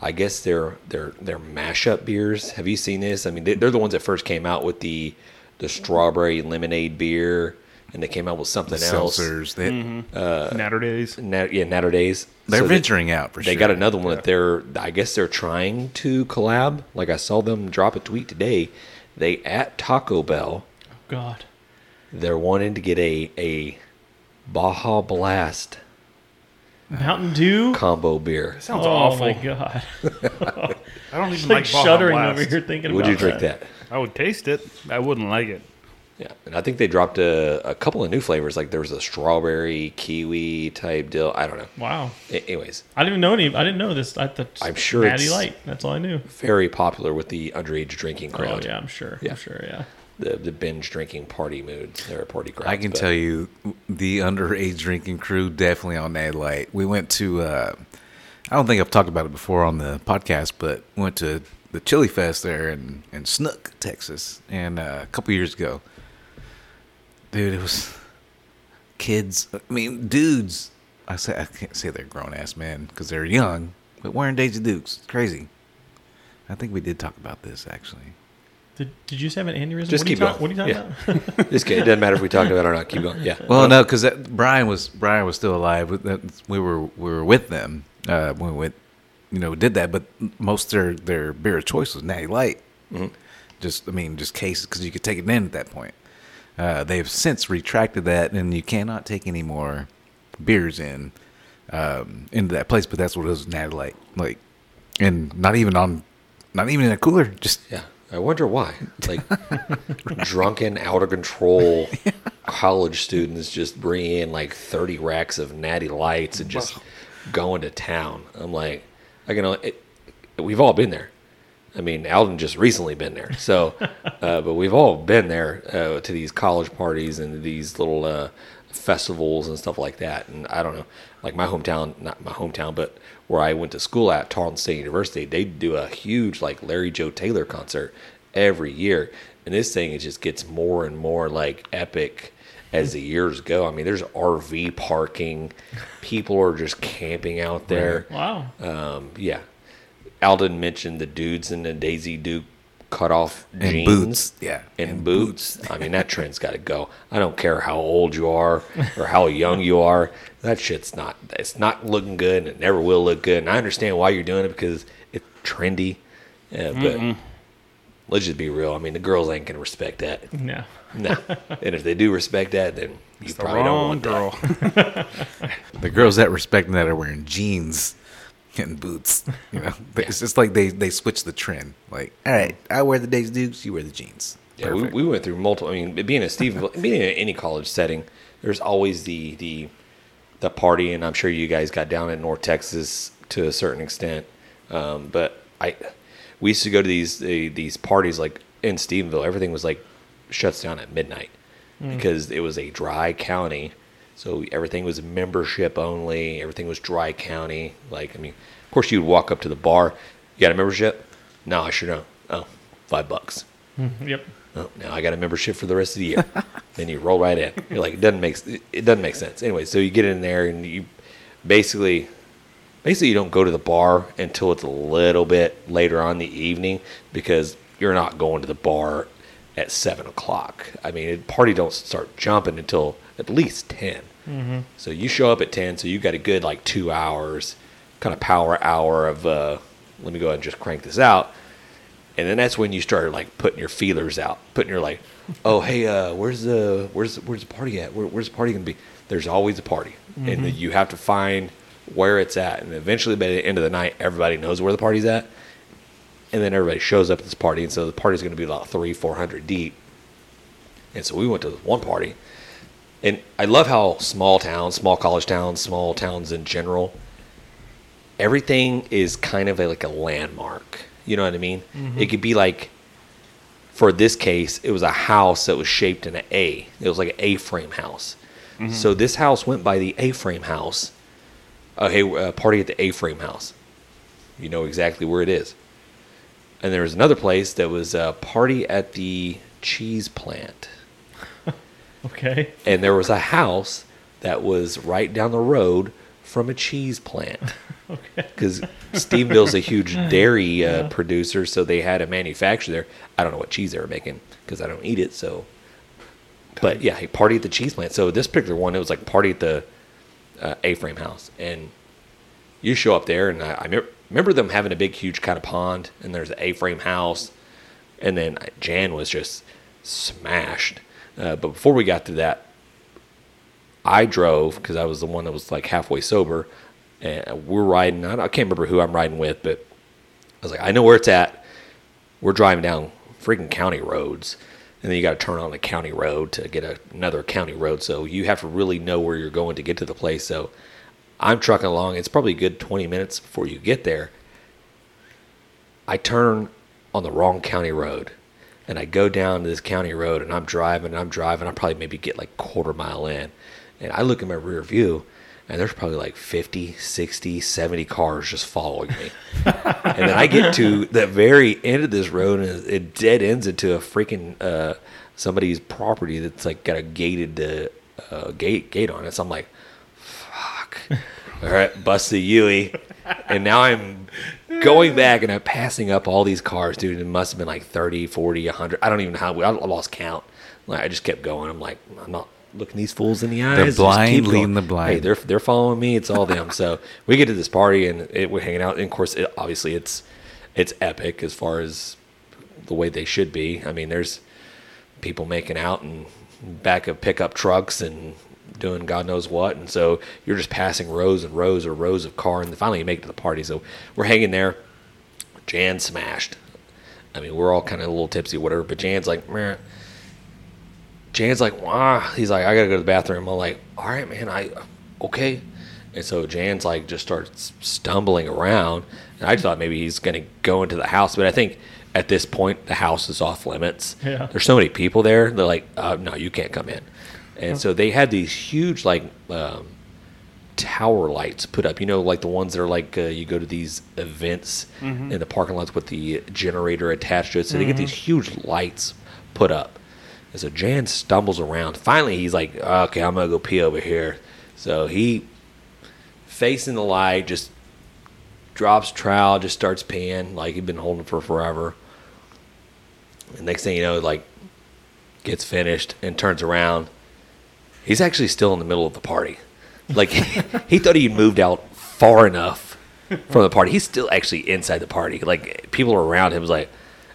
S4: I guess their their their mashup beers. Have you seen this? I mean, they, they're the ones that first came out with the the strawberry lemonade beer and they came out with something else.
S5: seltzers. They,
S2: Natterdays.
S4: Nat, yeah, Natter Days.
S5: They're
S4: Mm-hmm. So they-
S5: venturing out for
S4: they
S5: sure.
S4: got another one that they're i guess they're trying to collab like i saw them drop a tweet today they at taco bell
S3: God,
S4: they're wanting to get a a baja blast
S3: Mountain Dew.
S4: combo beer
S2: Sounds
S3: oh
S2: awful.
S3: my God,
S2: I don't even
S3: like,
S2: like Baja
S3: shuddering
S2: Blast.
S3: over here thinking
S4: would
S3: about
S4: you drink that,
S2: I would taste it. I wouldn't like it.
S4: yeah and i think they dropped a, a couple of new flavors like there was a strawberry kiwi type deal i don't know
S3: Wow,
S4: A- anyways
S3: I didn't know any. I didn't know this. I thought
S4: I'm sure
S3: Natty
S4: it's-
S3: Light. That's all I knew.
S4: very popular with the underage drinking crowd
S3: Oh yeah, I'm sure.
S4: Yeah.
S3: I'm sure. Yeah.
S4: the, the binge drinking party mood they're a party crowd
S5: I can tell you, the underage drinking crew definitely on that light. We went to, uh, I don't think I've talked about it before on the podcast, but we went to the Chili Fest there in, in Snook, Texas, and uh, a couple years ago. Dude, it was kids. I mean, dudes. I say I can't say they're grown ass men because they're young, but wearing Daisy Dukes, it's crazy. I think we did talk about this actually.
S3: Did, did you just have an aneurysm?
S4: Just
S3: what are you
S4: keep
S3: talk-
S4: going.
S3: What are you talking about?
S4: Just kidding. It doesn't matter if we talked about it or not. Keep going. Yeah.
S5: Well, no, because Brian was Brian was still alive. With that, we were we were with them uh, when we went, you know, did that. But most of their their beer of choice was Natty Light. Just I mean, just cases because you could take it in at that point. Uh, they have since retracted that, and you cannot take any more beers in um, into that place. But that's what it was Natty Light, like, and not even on, not even in a cooler. Just
S4: Yeah. I wonder why. Like drunken, out of control college students just bringing in like 30 racks of natty lights and just going to town. I'm like, I can, only- it, we've all been there. I mean, Alden just recently been there. So, uh, but we've all been there uh, to these college parties and these little uh, festivals and stuff like that. And I don't know, like my hometown, not my hometown, but where I went to school at Tarleton State University, they do a huge like Larry Joe Taylor concert every year. And this thing, it just gets more and more like epic as the years go. I mean, there's RV parking, people are just camping out there.
S3: wow.
S4: Um, yeah. Alden mentioned the dudes in the Daisy Duke cutoff
S5: And
S4: jeans.
S5: boots, yeah,
S4: And,
S5: and
S4: boots. I mean, that trend's got to go. I don't care how old you are or how young you are. That shit's not, it's not looking good and it never will look good. And I understand why you're doing it because it's trendy. Yeah, but
S2: Mm-hmm.
S4: let's just be real. I mean, the girls ain't going to respect that.
S3: No.
S4: No. and if they do respect that, then you
S2: It's the
S4: probably don't
S2: wrong
S4: want that.
S2: girl.
S5: the girls that respect that are wearing jeans and boots. You know, it's just like they they switch the trend. Like, all right, I wear the Daisy Dukes, you wear the jeans.
S4: Yeah, we, we went through multiple. I mean, being a Steve, being in any college setting, there's always the the the party, and I'm sure you guys got down in North Texas to a certain extent. Um, but I, we used to go to these the, these parties like in Stephenville. Everything was like shuts down at midnight because it was a dry county, so everything was membership only. Everything was dry county. Like I mean, of course you would walk up to the bar. You got a membership? No, I sure don't. Oh, five bucks.
S3: Yep.
S4: Oh, now I got a membership for the rest of the year. then you roll right in. You're like, it doesn't make it it doesn't make sense. Anyway, so you get in there and you basically basically you don't go to the bar until it's a little bit later on in the evening because you're not going to the bar at seven o'clock. I mean, it- party don't start jumping until at least 10 So you show up at ten, so you got a good like two hours, kind of power hour of uh, let me go ahead and just crank this out. And then that's when you start like putting your feelers out, putting your like, oh hey, uh, where's the where's where's the party at? Where, where's the party gonna be? There's always a party, and then you have to find where it's at. And eventually, by the end of the night, everybody knows where the party's at, and then everybody shows up at this party, and so the party's gonna be about three, four hundred deep. And so we went to this one party, and I love how small towns, small college towns, small towns in general, everything is kind of a, like a landmark. You know what I mean? It could be like, for this case, it was a house that was shaped in an A. It was like an A-frame house. So this house went by the A-frame house. Oh, hey, uh, party at the A-frame house. You know exactly where it is. And there was another place that was a party at the cheese plant
S3: Okay.
S4: and there was a house that was right down the road from a cheese plant
S3: Okay.
S4: because Steveville's a huge dairy uh, producer, so they had a manufacturer there. I don't know what cheese they were making because I don't eat it. So, but yeah, he party at the cheese plant. So this particular one, it was like party at the uh, A-frame house, and you show up there, and I, I me- remember them having a big, huge kind of pond, and there's the A-frame house, and then Jan was just smashed. Uh, but before we got to that, I drove because I was the one that was like halfway sober, and we're riding. I, don't- I can't remember who I'm riding with, but I was like, I know where it's at. We're driving down freaking county roads, and then you got to turn on a county road to get a, another county road. So you have to really know where you're going to get to the place. So I'm trucking along. It's probably a good 20 minutes before you get there. I turn on the wrong county road and I go down this county road and I'm driving and I'm driving. I probably maybe get like quarter mile in and I look in my rear view and there's probably like 50, 60, 70 cars just following me. and then I get to the very end of this road and it dead ends into a freaking, uh, somebody's property that's like got a gated, uh, uh gate, gate on it. So I'm like, fuck. All right, bust the Yui. And now I'm going back and I'm passing up all these cars, dude. It must have been like 30, 40, 100. I don't even know how. I lost count. Like I just kept going. I'm like, I'm not looking these fools in the eyes. Just keep
S5: blind
S4: going.
S5: leading the blind.
S4: Hey, they're they're following me. It's all them. so we get to this party and it, we're hanging out. And of course, it, obviously, it's it's epic as far as the way they should be. I mean, there's people making out and back of pickup trucks and doing God knows what. And so you're just passing rows and rows or rows of car. And finally, you make it to the party. So we're hanging there. Jan smashed. I mean, we're all kind of a little tipsy, whatever. But Jan's like, meh. Jan's like, wow. He's like, I gotta go to the bathroom. I'm like, all right, man. I okay. And so Jan's like, just starts stumbling around, and I thought maybe he's gonna go into the house, but I think at this point the house is off limits.
S3: Yeah.
S4: There's so many people there. They're like, uh, no, you can't come in. And so they had these huge like um, tower lights put up. You know, like the ones that are like uh, you go to these events in the parking lots with the generator attached to it. So they get these huge lights put up. And so Jan stumbles around. Finally, he's like, "Okay, I'm gonna go pee over here." So he, facing the light, just drops trowel, just starts peeing like he'd been holding for forever. And next thing you know, like gets finished and turns around. He's actually still in the middle of the party. Like he thought he'd moved out far enough from the party. He's still actually inside the party. Like people around him was like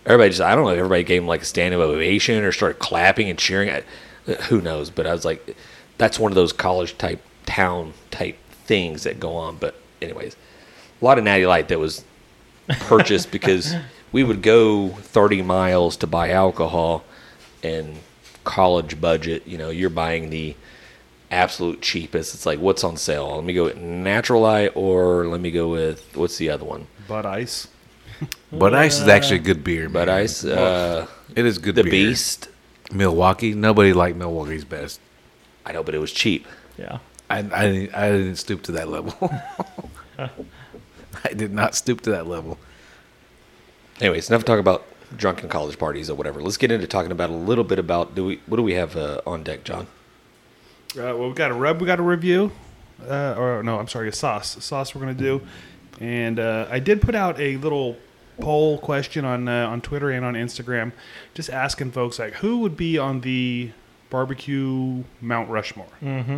S4: everybody just I don't know if everybody gave him like a standing ovation or started clapping and cheering. I, who knows? But I was like that's one of those college type town type things that go on. But anyways, a lot of natty light that was purchased because we would go 30 miles to buy alcohol and college budget you know you're buying the absolute cheapest it's like what's on sale let me go with natural light or let me go with what's the other one
S2: Bud Ice.
S5: But ice is actually a good beer.
S4: but
S5: man.
S4: ice uh
S5: it is good.
S4: the
S5: beer.
S4: beast
S5: Milwaukee. Nobody liked Milwaukee's best.
S4: i know but it was cheap
S3: Yeah.
S5: I, I, didn't- I didn't stoop to that level. I did not stoop to that level.
S4: anyways enough talk about drunken college parties or whatever let's get into talking about a little bit about do we what do we have uh, on deck john
S2: Uh, well, we got a rub, we got a review, uh, or no, I'm sorry, a sauce. A sauce we're gonna do, and uh, I did put out a little poll question on uh, on Twitter and on Instagram, just asking folks like who would be on the barbecue Mount Rushmore. Mm-hmm.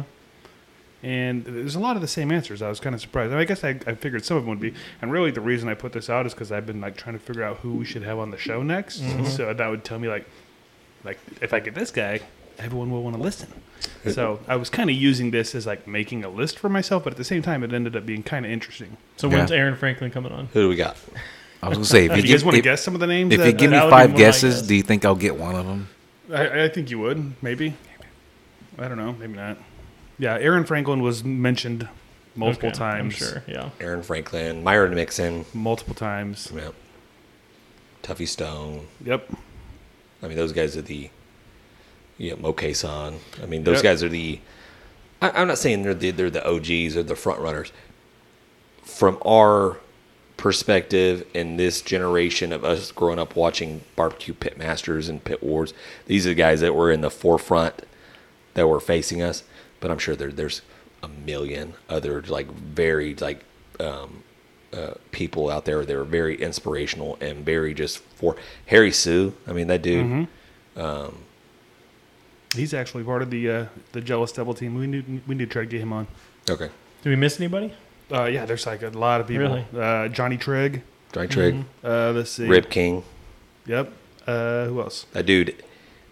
S2: And there's a lot of the same answers. I was kind of surprised. I, mean, I guess I, I figured some of them would be. And really, the reason I put this out is because I've been like trying to figure out who we should have on the show next. So that would tell me like like if I get this guy, everyone will want to listen. So I was kind of using this as like making a list for myself, but at the same time, it ended up being kind of interesting.
S3: So
S5: Yeah.
S3: when's Aaron Franklin coming on?
S4: who do we got
S5: I was gonna say if
S2: Do
S5: you,
S2: you guys
S5: give-
S2: want to
S5: if-
S2: guess some of the names?
S5: If
S2: that,
S5: you give me
S3: that would be
S5: five
S3: more my
S5: guesses,
S3: guess.
S5: do you think I'll get one of them?
S2: I, I think you would maybe. I don't know, maybe not. Yeah, Aaron Franklin was mentioned multiple
S3: Okay,
S2: times.
S3: I'm sure. Yeah.
S4: aaron franklin myron mixon
S2: Multiple times.
S4: Yep. Tuffy Stone.
S2: Yep.
S4: I mean, those guys are the. Yeah, Moke San. I mean, those
S2: Yep.
S4: guys are the. I, I'm not saying they're the, they're the OGs or the front runners. From our perspective and this generation of us growing up watching barbecue pit masters and pit wars, these are the guys that were in the forefront that were facing us. But I'm sure there, there's a million other like very like um, uh, people out there that were very inspirational and very just for Harry Sue. I mean that dude.
S2: He's actually part of the uh, the jealous devil team. We need we need to try to get him on.
S4: Okay,
S3: Did we miss anybody?
S2: Uh, yeah, there's like a lot of people.
S3: Really?
S2: Uh, Johnny Trigg.
S4: Johnny Trigg,
S2: Uh, let's see.
S4: Rib King.
S2: Yep. Uh, who else?
S4: That dude.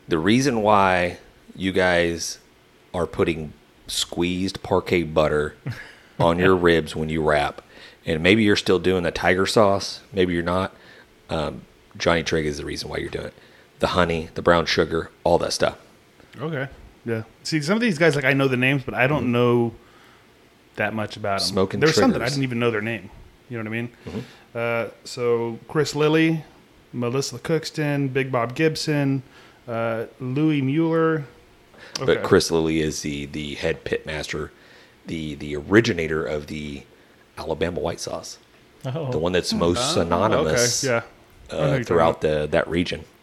S4: The reason why you guys are putting squeezed parquet butter on your ribs when you wrap, and maybe you're still doing the tiger sauce, maybe you're not. Um, Johnny Trigg is the reason why you're doing it. The honey, the brown sugar, all that stuff.
S2: Okay. Yeah. See, some of these guys, like I know the names, but I don't know that much about them.
S4: Smoking
S2: There's something I
S4: triggers. Mm-hmm.
S2: didn't even know their name. You know what I mean? Uh, so Chris Lilly, Melissa Cookston, Big Bob Gibson, uh, Louis Mueller.
S4: But Chris Lilly is the the head pit master, the the originator of the Alabama white sauce,
S3: Oh.
S4: the one that's most synonymous
S2: Oh, Okay. Yeah. I know who
S4: uh,
S2: you're
S4: throughout
S2: talking
S4: the that region.
S2: about.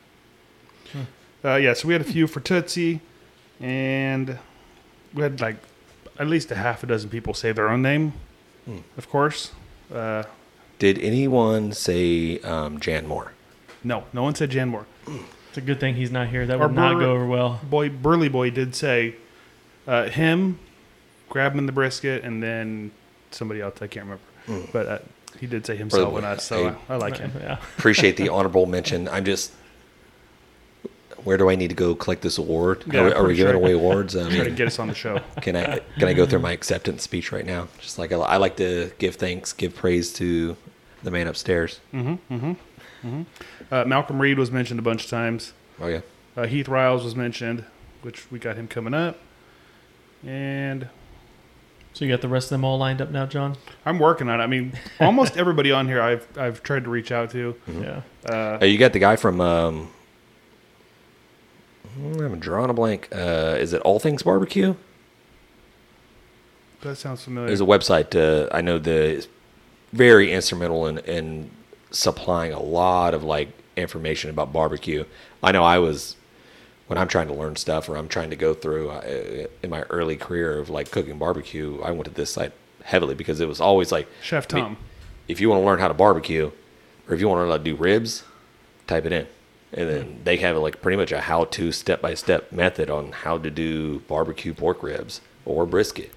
S2: Uh, yeah. So we had a few for Tootsie, and we had like
S4: Hmm.
S2: at least a half a dozen people say their own name, of course. Uh,
S4: Did anyone say um, Jan Moore?
S2: No, no one said Jan Moore.
S3: It's a good thing he's not here. That
S2: Or
S3: would not
S2: Brewer-
S3: go over well.
S2: Boy, Burley Boy did say uh, him, grab him in the brisket, and then somebody else. I can't remember, but uh, he did say himself and
S4: Burley Hmm. Boy,
S2: us, so
S4: hey.
S2: I, I like him.
S3: Yeah.
S4: Appreciate the honorable mention. I'm just. Where do I need to go collect this award?
S2: Yeah,
S4: are, we- are we
S2: pretty
S4: giving
S2: sure.
S4: away awards? I
S2: Try to
S4: mean,
S2: get us on the show.
S4: can I can I go through my acceptance speech right now? Just like I, I like to give thanks, give praise to the man upstairs.
S2: Uh, Malcolm Reed was mentioned a bunch of times.
S4: Oh yeah,
S2: Uh, Heath Riles was mentioned, which we got him coming up. And
S3: So you got the rest of them all lined up now, John?
S2: I'm working on it. I mean, almost everybody on here I've I've tried to reach out to.
S4: Mm-hmm.
S3: Yeah.
S2: Uh,
S4: Hey, you got the guy from. Um, hmm, I'm drawing a blank. Uh, is it All Things Barbecue?
S2: that sounds familiar.
S4: There's a website uh, I know the is very instrumental in, in supplying a lot of like information about barbecue. I know I was when I'm trying to learn stuff or I'm trying to go through uh, in my early career of like cooking barbecue. I went to this site heavily because it was always like
S2: Chef
S4: I mean,
S2: Tom.
S4: if you want to learn how to barbecue or if you want to learn how to do ribs, type it in. And then they have like pretty much a how to step by step method on how to do barbecue pork ribs or brisket.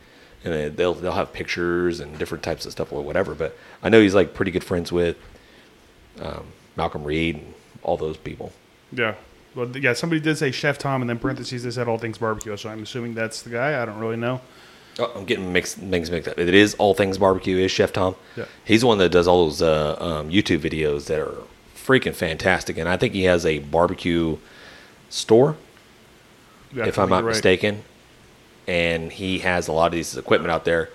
S4: And then they'll they'll have pictures and different types of stuff or whatever. But I know he's like pretty good friends with um, Malcolm Reed and all those people.
S2: Yeah. Well, th- yeah, somebody did say Chef Tom, and then parentheses, they said all things barbecue. So I'm assuming that's the guy. I don't really know.
S4: Oh, I'm getting mixed things mixed up. It is all things barbecue. Is Chef Tom?
S2: Yeah.
S4: He's the one that does all those uh, um, YouTube videos that are freaking fantastic, and I think he has a barbecue store,
S2: Yeah, I
S4: if
S2: think
S4: I'm not
S2: you're right.
S4: mistaken. And he has a lot of these equipment out there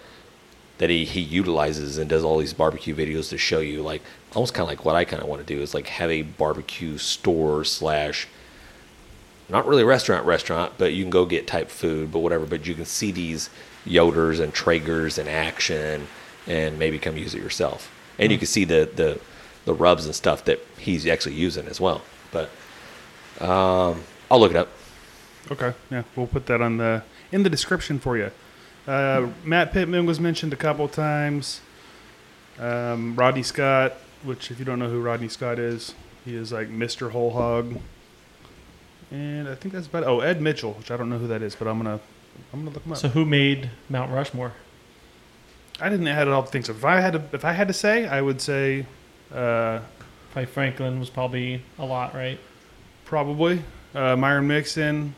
S4: that he, he utilizes and does all these barbecue videos to show you, like almost kind of like what I kind of want to do is like have a barbecue store slash not really restaurant restaurant, but you can go get type food, but whatever. But you can see these Yoders and Traegers in action, and maybe come use it yourself. And
S2: Hmm.
S4: you can see the the the rubs and stuff that he's actually using as well. But um, I'll look it up.
S2: Okay. Yeah, we'll put that on the in the description for you. Uh, Matt Pittman was mentioned a couple times. Um, Rodney Scott, which if you don't know who Rodney Scott is, he is like Mr. Whole Hog. And I think that's about. Oh, Ed Mitchell, which I don't know who that is, but I'm gonna I'm gonna look him up.
S3: So who made Mount Rushmore?
S2: I didn't add all the things. If I had to, if I had to say, I would say uh,
S3: Probably Franklin was probably a lot, right?
S2: Probably. Uh, Myron Mixon,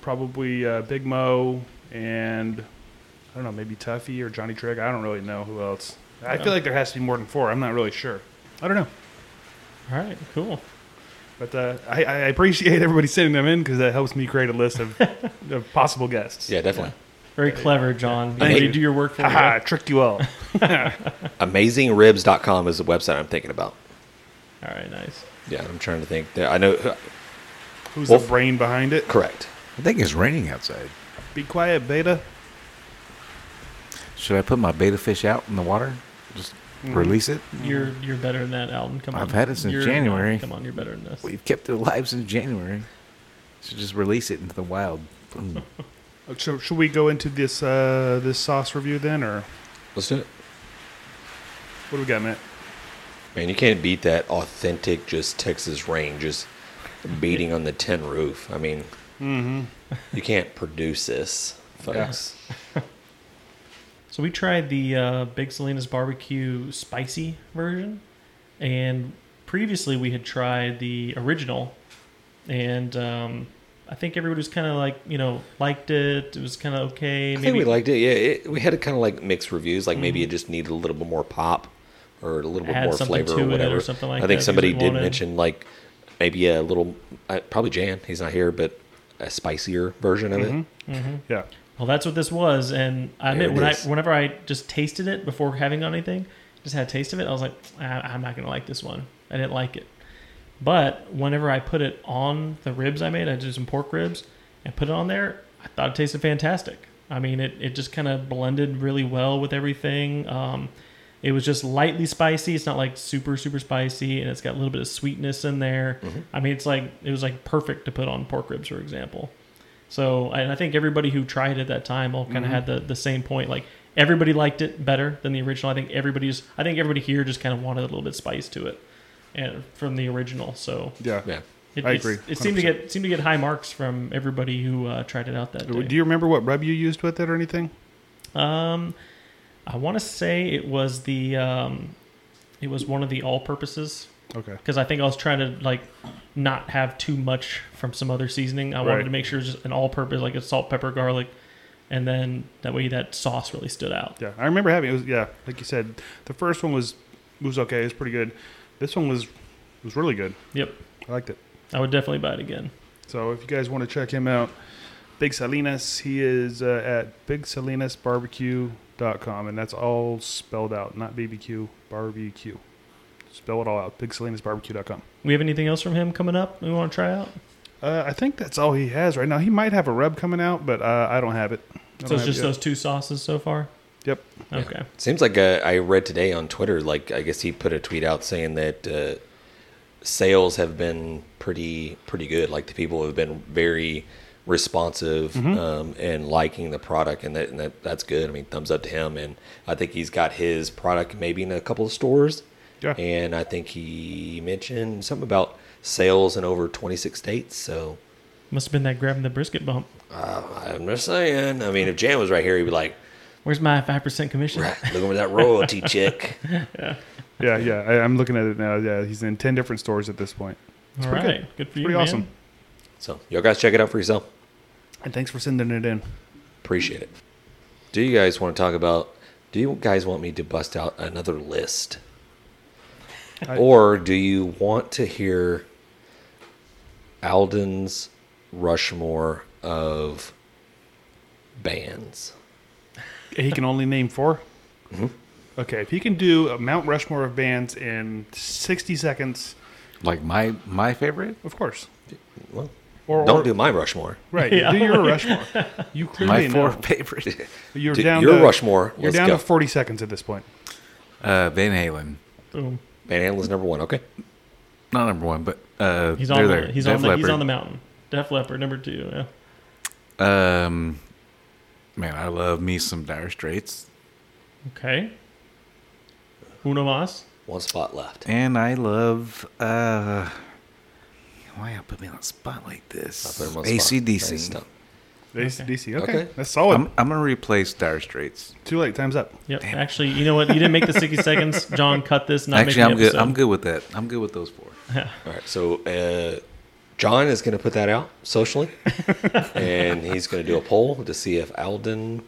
S2: probably uh, Big Mo, and I don't know, maybe Tuffy or Johnny Trigg. I don't really know who else. I feel like there has to be more than four. I'm not really sure. I don't know.
S3: All right, cool.
S2: But uh, I, I appreciate everybody sending them in because that helps me create a list of, of possible guests.
S4: Yeah, definitely.
S3: Very clever, John. You
S4: Thank
S3: really
S4: you.
S3: do your work for
S2: Haha, I
S3: me.
S2: tricked you all.
S4: AmazingRibs.com is the website I'm thinking about.
S3: All right, nice.
S4: Yeah, I'm trying to think. I know.
S2: Who's
S4: Well-
S2: the brain behind it?
S4: Correct.
S5: I think it's raining outside.
S2: Be quiet, beta.
S5: Should I put my beta fish out in the water? Just release it?
S3: You're you're better than that, Alden. Come on.
S5: I've had it since
S3: You're-
S5: January.
S3: Come on, you're better than this.
S5: We've kept it alive since January. Should just release it into the wild. Boom.
S2: Uh, So, should we go into this uh, this sauce review then, or
S4: Let's do it.
S2: what do we got, Matt?
S4: Man, you can't beat that authentic, just Texas rain, just beating on the tin roof. I mean,
S3: Mm-hmm.
S4: you can't produce this, folks.
S3: So we tried the uh, Big Salinas barbecue spicy version, and previously we had tried the original, and um, I think everybody was kind of like you know liked it. It was kind of okay.
S4: I think we liked it. Yeah, it, we had a kind of like mixed reviews. Like maybe it just needed a little bit more pop or a little
S3: Mm-hmm.
S4: bit
S3: Add
S4: more
S3: something
S4: flavor
S3: to
S4: or
S3: it or
S4: whatever.
S3: something like
S4: I think
S3: that,
S4: somebody
S3: because
S4: did
S3: we wanted-
S4: mention like maybe a little, uh, probably Jan. He's not here, but a spicier version of it.
S3: Mm-hmm.
S2: Yeah.
S3: Well, that's what this was, and I
S4: There
S3: admit
S4: it
S3: when I,
S4: is.
S3: whenever I just tasted it before having on anything, just had a taste of it, I was like, "Ah, I'm not gonna like this one. I didn't like it. But whenever I put it on the ribs I made, I did some pork ribs and put it on there. I thought it tasted fantastic. I mean, it, it just kind of blended really well with everything. Um, it was just lightly spicy. It's not like super super spicy, and it's got a little bit of sweetness in there.
S4: Mm-hmm.
S3: I mean, it's like it was like perfect to put on pork ribs,
S2: Mm-hmm.
S3: for example. So, and I think everybody who tried it at that time all kind of had the, the same point. Like, Everybody liked it better than the original. I think everybody just, I think everybody here just kind of wanted a little bit of spice to it, and from the original. So
S2: Yeah.
S4: Yeah.
S3: it,
S2: I
S3: it's-
S2: agree,
S3: It seemed to get seemed to get high marks from everybody who uh, tried it out that day.
S2: Do you remember what rub you used with it or anything?
S3: Um, I want to say it was the um, it was one of the all purposes
S2: Okay.
S3: because I think I was trying to like not have too much from some other seasoning. I wanted
S2: Right.
S3: to make sure it was just an all purpose like a salt, pepper, garlic, and then that way that sauce really stood out.
S2: Yeah, I remember having it was yeah, like you said, the first one was was okay, it was pretty good. This one was was really good.
S3: Yep,
S2: I liked it.
S3: I would definitely buy it again.
S2: So if you guys want to check him out, Big Salinas, he is uh, at bigsalinasbarbecue.com and that's all spelled out, not BBQ, barbecue. Spell it all out, bigsalinasbarbecue.com.
S3: We have anything else from him coming up we want to try out?
S2: Uh, I think that's all he has right now. He might have a rub coming out, but uh, I don't have it. I don't
S3: So it's
S2: have
S3: just
S2: it yet.
S3: those two sauces so far.
S2: Yep.
S3: Okay.
S4: Seems like uh, I read today on Twitter, like I guess he put a tweet out saying that uh, sales have been pretty pretty good. Like the people have been very responsive um, and liking the product, and that, and that that's good. I mean, thumbs up to him. And I think he's got his product maybe in a couple of stores.
S2: Yeah.
S4: And I think he mentioned something about sales in over 26 states. So
S3: Must have been that grabbing the brisket bump.
S4: I'm just saying. I mean, if Jan was right here, he'd be like,
S3: Where's my five percent commission?
S4: "Right, looking for that royalty check."
S2: Yeah, yeah. I, I'm looking at it now. Yeah, he's in 10 different stores at this point.
S3: All
S2: pretty
S3: right. Good, for you.
S2: Pretty
S3: man.
S2: awesome.
S4: So y'all guys check it out for yourself.
S2: And thanks for sending it in.
S4: Appreciate it. Do you guys want to talk about? Do you guys want me to bust out another list,
S2: I-
S4: or do you want to hear Alden's Rushmore of bands?
S2: He can only name 4
S4: Mm-hmm.
S2: Okay, if he can do a Mount Rushmore of bands in 60 seconds,
S5: Like my my favorite,
S2: of course.
S4: Well,
S2: Or,
S4: don't
S2: or-
S4: do my Rushmore.
S2: right.
S3: Yeah.
S2: Do your Rushmore. You clearly
S5: my four
S2: know.
S5: favorite,
S2: You're
S4: Do
S2: down.
S4: your
S2: to,
S4: Rushmore.
S2: You're
S4: Let's
S2: down to
S4: go.
S2: 40 seconds at this point.
S5: uh, Van Halen.
S3: Boom.
S4: Van Halen's number one. Okay,
S5: Not number one, but uh,
S3: He's
S5: they're
S3: on.
S5: there.
S3: The, he's
S5: Def
S3: on. The, he's
S5: Leppard.
S3: on the mountain. Def Leppard number two. Yeah.
S5: Um, man, I love me some Dire Straits,
S3: Okay. Uno mas.
S4: one spot left.
S5: and I love. uh Why y'all put me on a spot like this?
S4: I'll put him on the spot. Nice
S5: ACDC.
S4: stuff.
S2: AC/DC. Okay.
S4: Okay.
S2: That's
S3: Oh.
S2: solid.
S5: I'm I'm gonna replace Dire Straits.
S2: Too late. Time's up.
S3: Yep. Actually, you know what? You didn't make the 60 seconds. John, cut this. Not
S5: Actually,
S3: making
S5: I'm
S3: the
S5: good.
S3: episode.
S5: I'm good with that. I'm good with those four.
S4: All right, so uh, John is going to put that out socially, and he's going to do a poll to see if Alden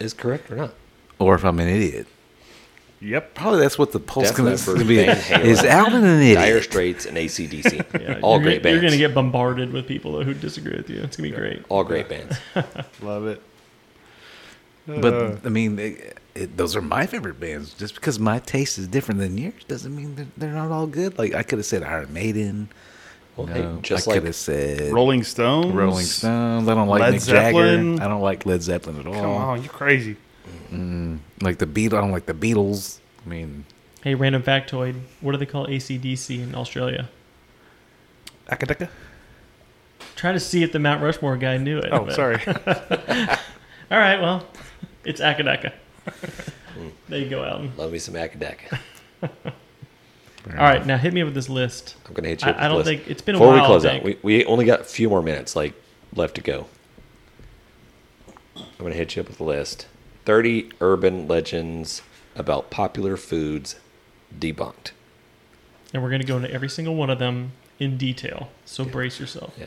S4: is correct or not.
S5: Or if I'm an idiot,
S2: Yep.
S5: probably that's what the poll's
S4: Def
S5: gonna,
S4: Leppard,
S5: gonna be.
S4: Van Halen,
S5: Is Alvin an idiot?
S4: Dire Straits and
S3: Yeah,
S4: ACDC, all
S3: you're,
S4: great
S3: gonna- You're
S4: bands.
S3: gonna get bombarded with people who disagree with you. It's gonna be great.
S4: all great bands.
S2: Love it.
S5: But
S2: Uh,
S5: I mean, it, it, those are my favorite bands. Just because my taste is different than yours doesn't mean they're, they're not all good. Like I could have said Iron Maiden.
S4: Well,
S5: you
S4: hey,
S5: know,
S4: just
S5: I
S4: like
S5: could have said
S2: Rolling
S5: Rolling,
S2: Stones.
S5: Stones. I don't like
S2: Led
S5: Nick
S2: Zeppelin.
S5: Jagger. I don't like Led Zeppelin at all.
S2: Come on, you crazy.
S5: Like the Beatles. I don't like the Beatles. I mean,
S3: Hey, random factoid. What do they call ACDC in Australia?
S2: Akadeka.
S3: Try to see if the Mount Rushmore guy knew it.
S2: Oh,
S3: but-
S2: sorry.
S3: All right. Well, it's Akadaka. there you go, Alton.
S4: Love me some Akadaka.
S3: All right. Now hit me with this list.
S4: I'm going to hit you.
S3: I,
S4: with this
S3: I don't
S4: list.
S3: think it's been a
S4: before
S3: while.
S4: we close
S3: I
S4: out,
S3: think.
S4: we, we only got a few more minutes like left to go. I'm going to hit you up with a list: 30 urban legends about popular foods debunked.
S3: and we're gonna go into every single one of them in detail. So brace yourself.
S4: Yeah.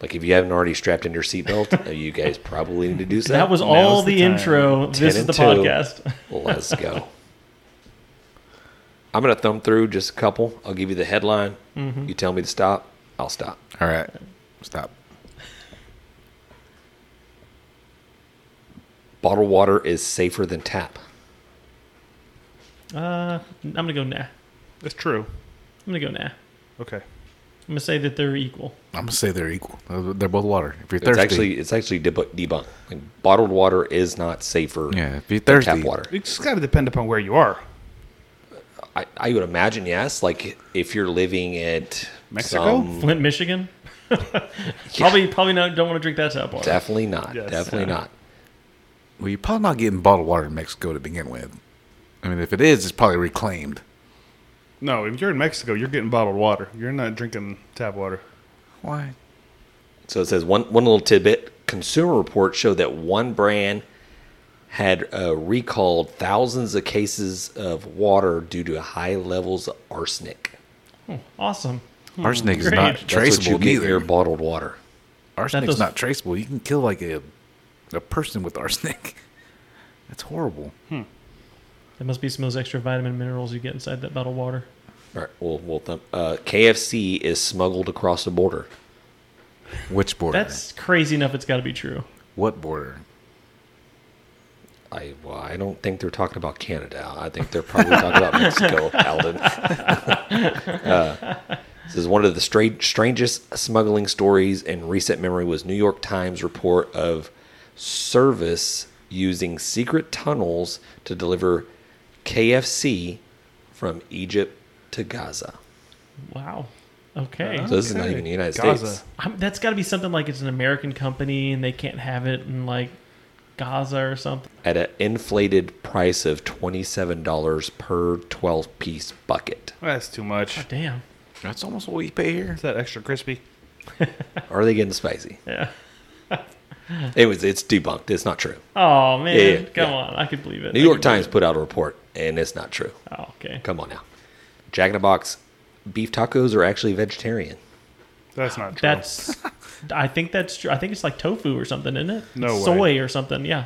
S4: Like if you haven't already strapped in your seatbelt, uh, you guys probably need to do so.
S3: That was
S2: Now's
S3: all
S2: the
S3: the,
S2: time.
S3: intro.
S4: Ten
S3: This is
S4: and
S3: the
S4: two.
S3: podcast.
S4: Let's go. I'm gonna thumb through just a couple. I'll give you the headline. You tell me to stop. I'll stop.
S5: all right, stop.
S4: Bottled water is safer than tap.
S3: Uh, I'm gonna go nah. I'm
S2: That's true.
S3: gonna go nah. I'm
S2: Okay.
S3: gonna say that they're equal.
S5: I'm gonna say they're equal. Uh, They're both water. If you're
S4: It's
S5: thirsty,
S4: actually it's actually debu- debunked. Like, bottled water is not safer.
S5: yeah. If you're
S4: than
S5: thirsty,
S4: Tap water.
S2: It's just got to depend upon where you are.
S4: I, I would imagine yes. Like if you're living at
S2: Mexico?
S4: some-
S3: Flint, Michigan. probably, probably not. Don't want to drink that tap water.
S4: Definitely not.
S2: Yes.
S4: Definitely
S2: Yeah.
S4: not.
S5: Well, you're probably not getting bottled water in Mexico to begin with. I mean, if it is, it's probably reclaimed.
S2: No, if you're in Mexico, you're getting bottled water. You're not drinking tap water.
S5: Why?
S4: So it says one one little tidbit. Consumer reports show that one brand had uh, recalled thousands of cases of water due to high levels of arsenic.
S3: Awesome.
S5: Arsenic is
S3: Great.
S5: not
S3: That's
S4: That's what you
S5: traceable
S4: get in your
S5: neither.
S4: bottled water.
S5: Arsenic's
S3: doesn't-
S5: not traceable. You can kill like a a person with arsenic. That's horrible.
S3: There must be some of those extra vitamin minerals you get inside that bottled water.
S4: All right, well, well th- uh, KFC is smuggled across the border.
S5: Which border?
S3: That's crazy enough. It's got to be true.
S5: what border?
S4: I well, I don't think they're talking about Canada. I think they're probably talking about Mexico, Alden. uh, this is one of the stra- strangest smuggling stories in recent memory. Was New York Times report of service using secret tunnels to deliver KFC from Egypt to Gaza?
S3: Wow. Okay.
S2: Uh-huh.
S4: So this is not
S2: Okay.
S4: even the United
S2: Gaza.
S4: States.
S3: I'm, that's got to be something like it's an American company and they can't have it in like Gaza or something.
S4: At an inflated price of twenty-seven dollars per twelve-piece bucket.
S2: That's too much.
S3: Damn.
S5: That's almost what you pay here.
S2: Is that extra crispy?
S4: Are they getting spicy?
S3: Yeah.
S4: It was. It's debunked. It's not true.
S3: Oh man.
S4: Yeah, yeah,
S3: Come
S4: yeah.
S3: on. I could believe it.
S4: New
S3: I
S4: York
S3: could believe
S4: Times put out a report, and it's not true.
S3: it. Oh, okay.
S4: Come on now. Jack in the Box beef tacos are actually vegetarian.
S2: That's not true.
S3: That's. I think that's true. I think it's like tofu or something, isn't it?
S2: No
S3: Soy
S2: way.
S3: or something. Yeah.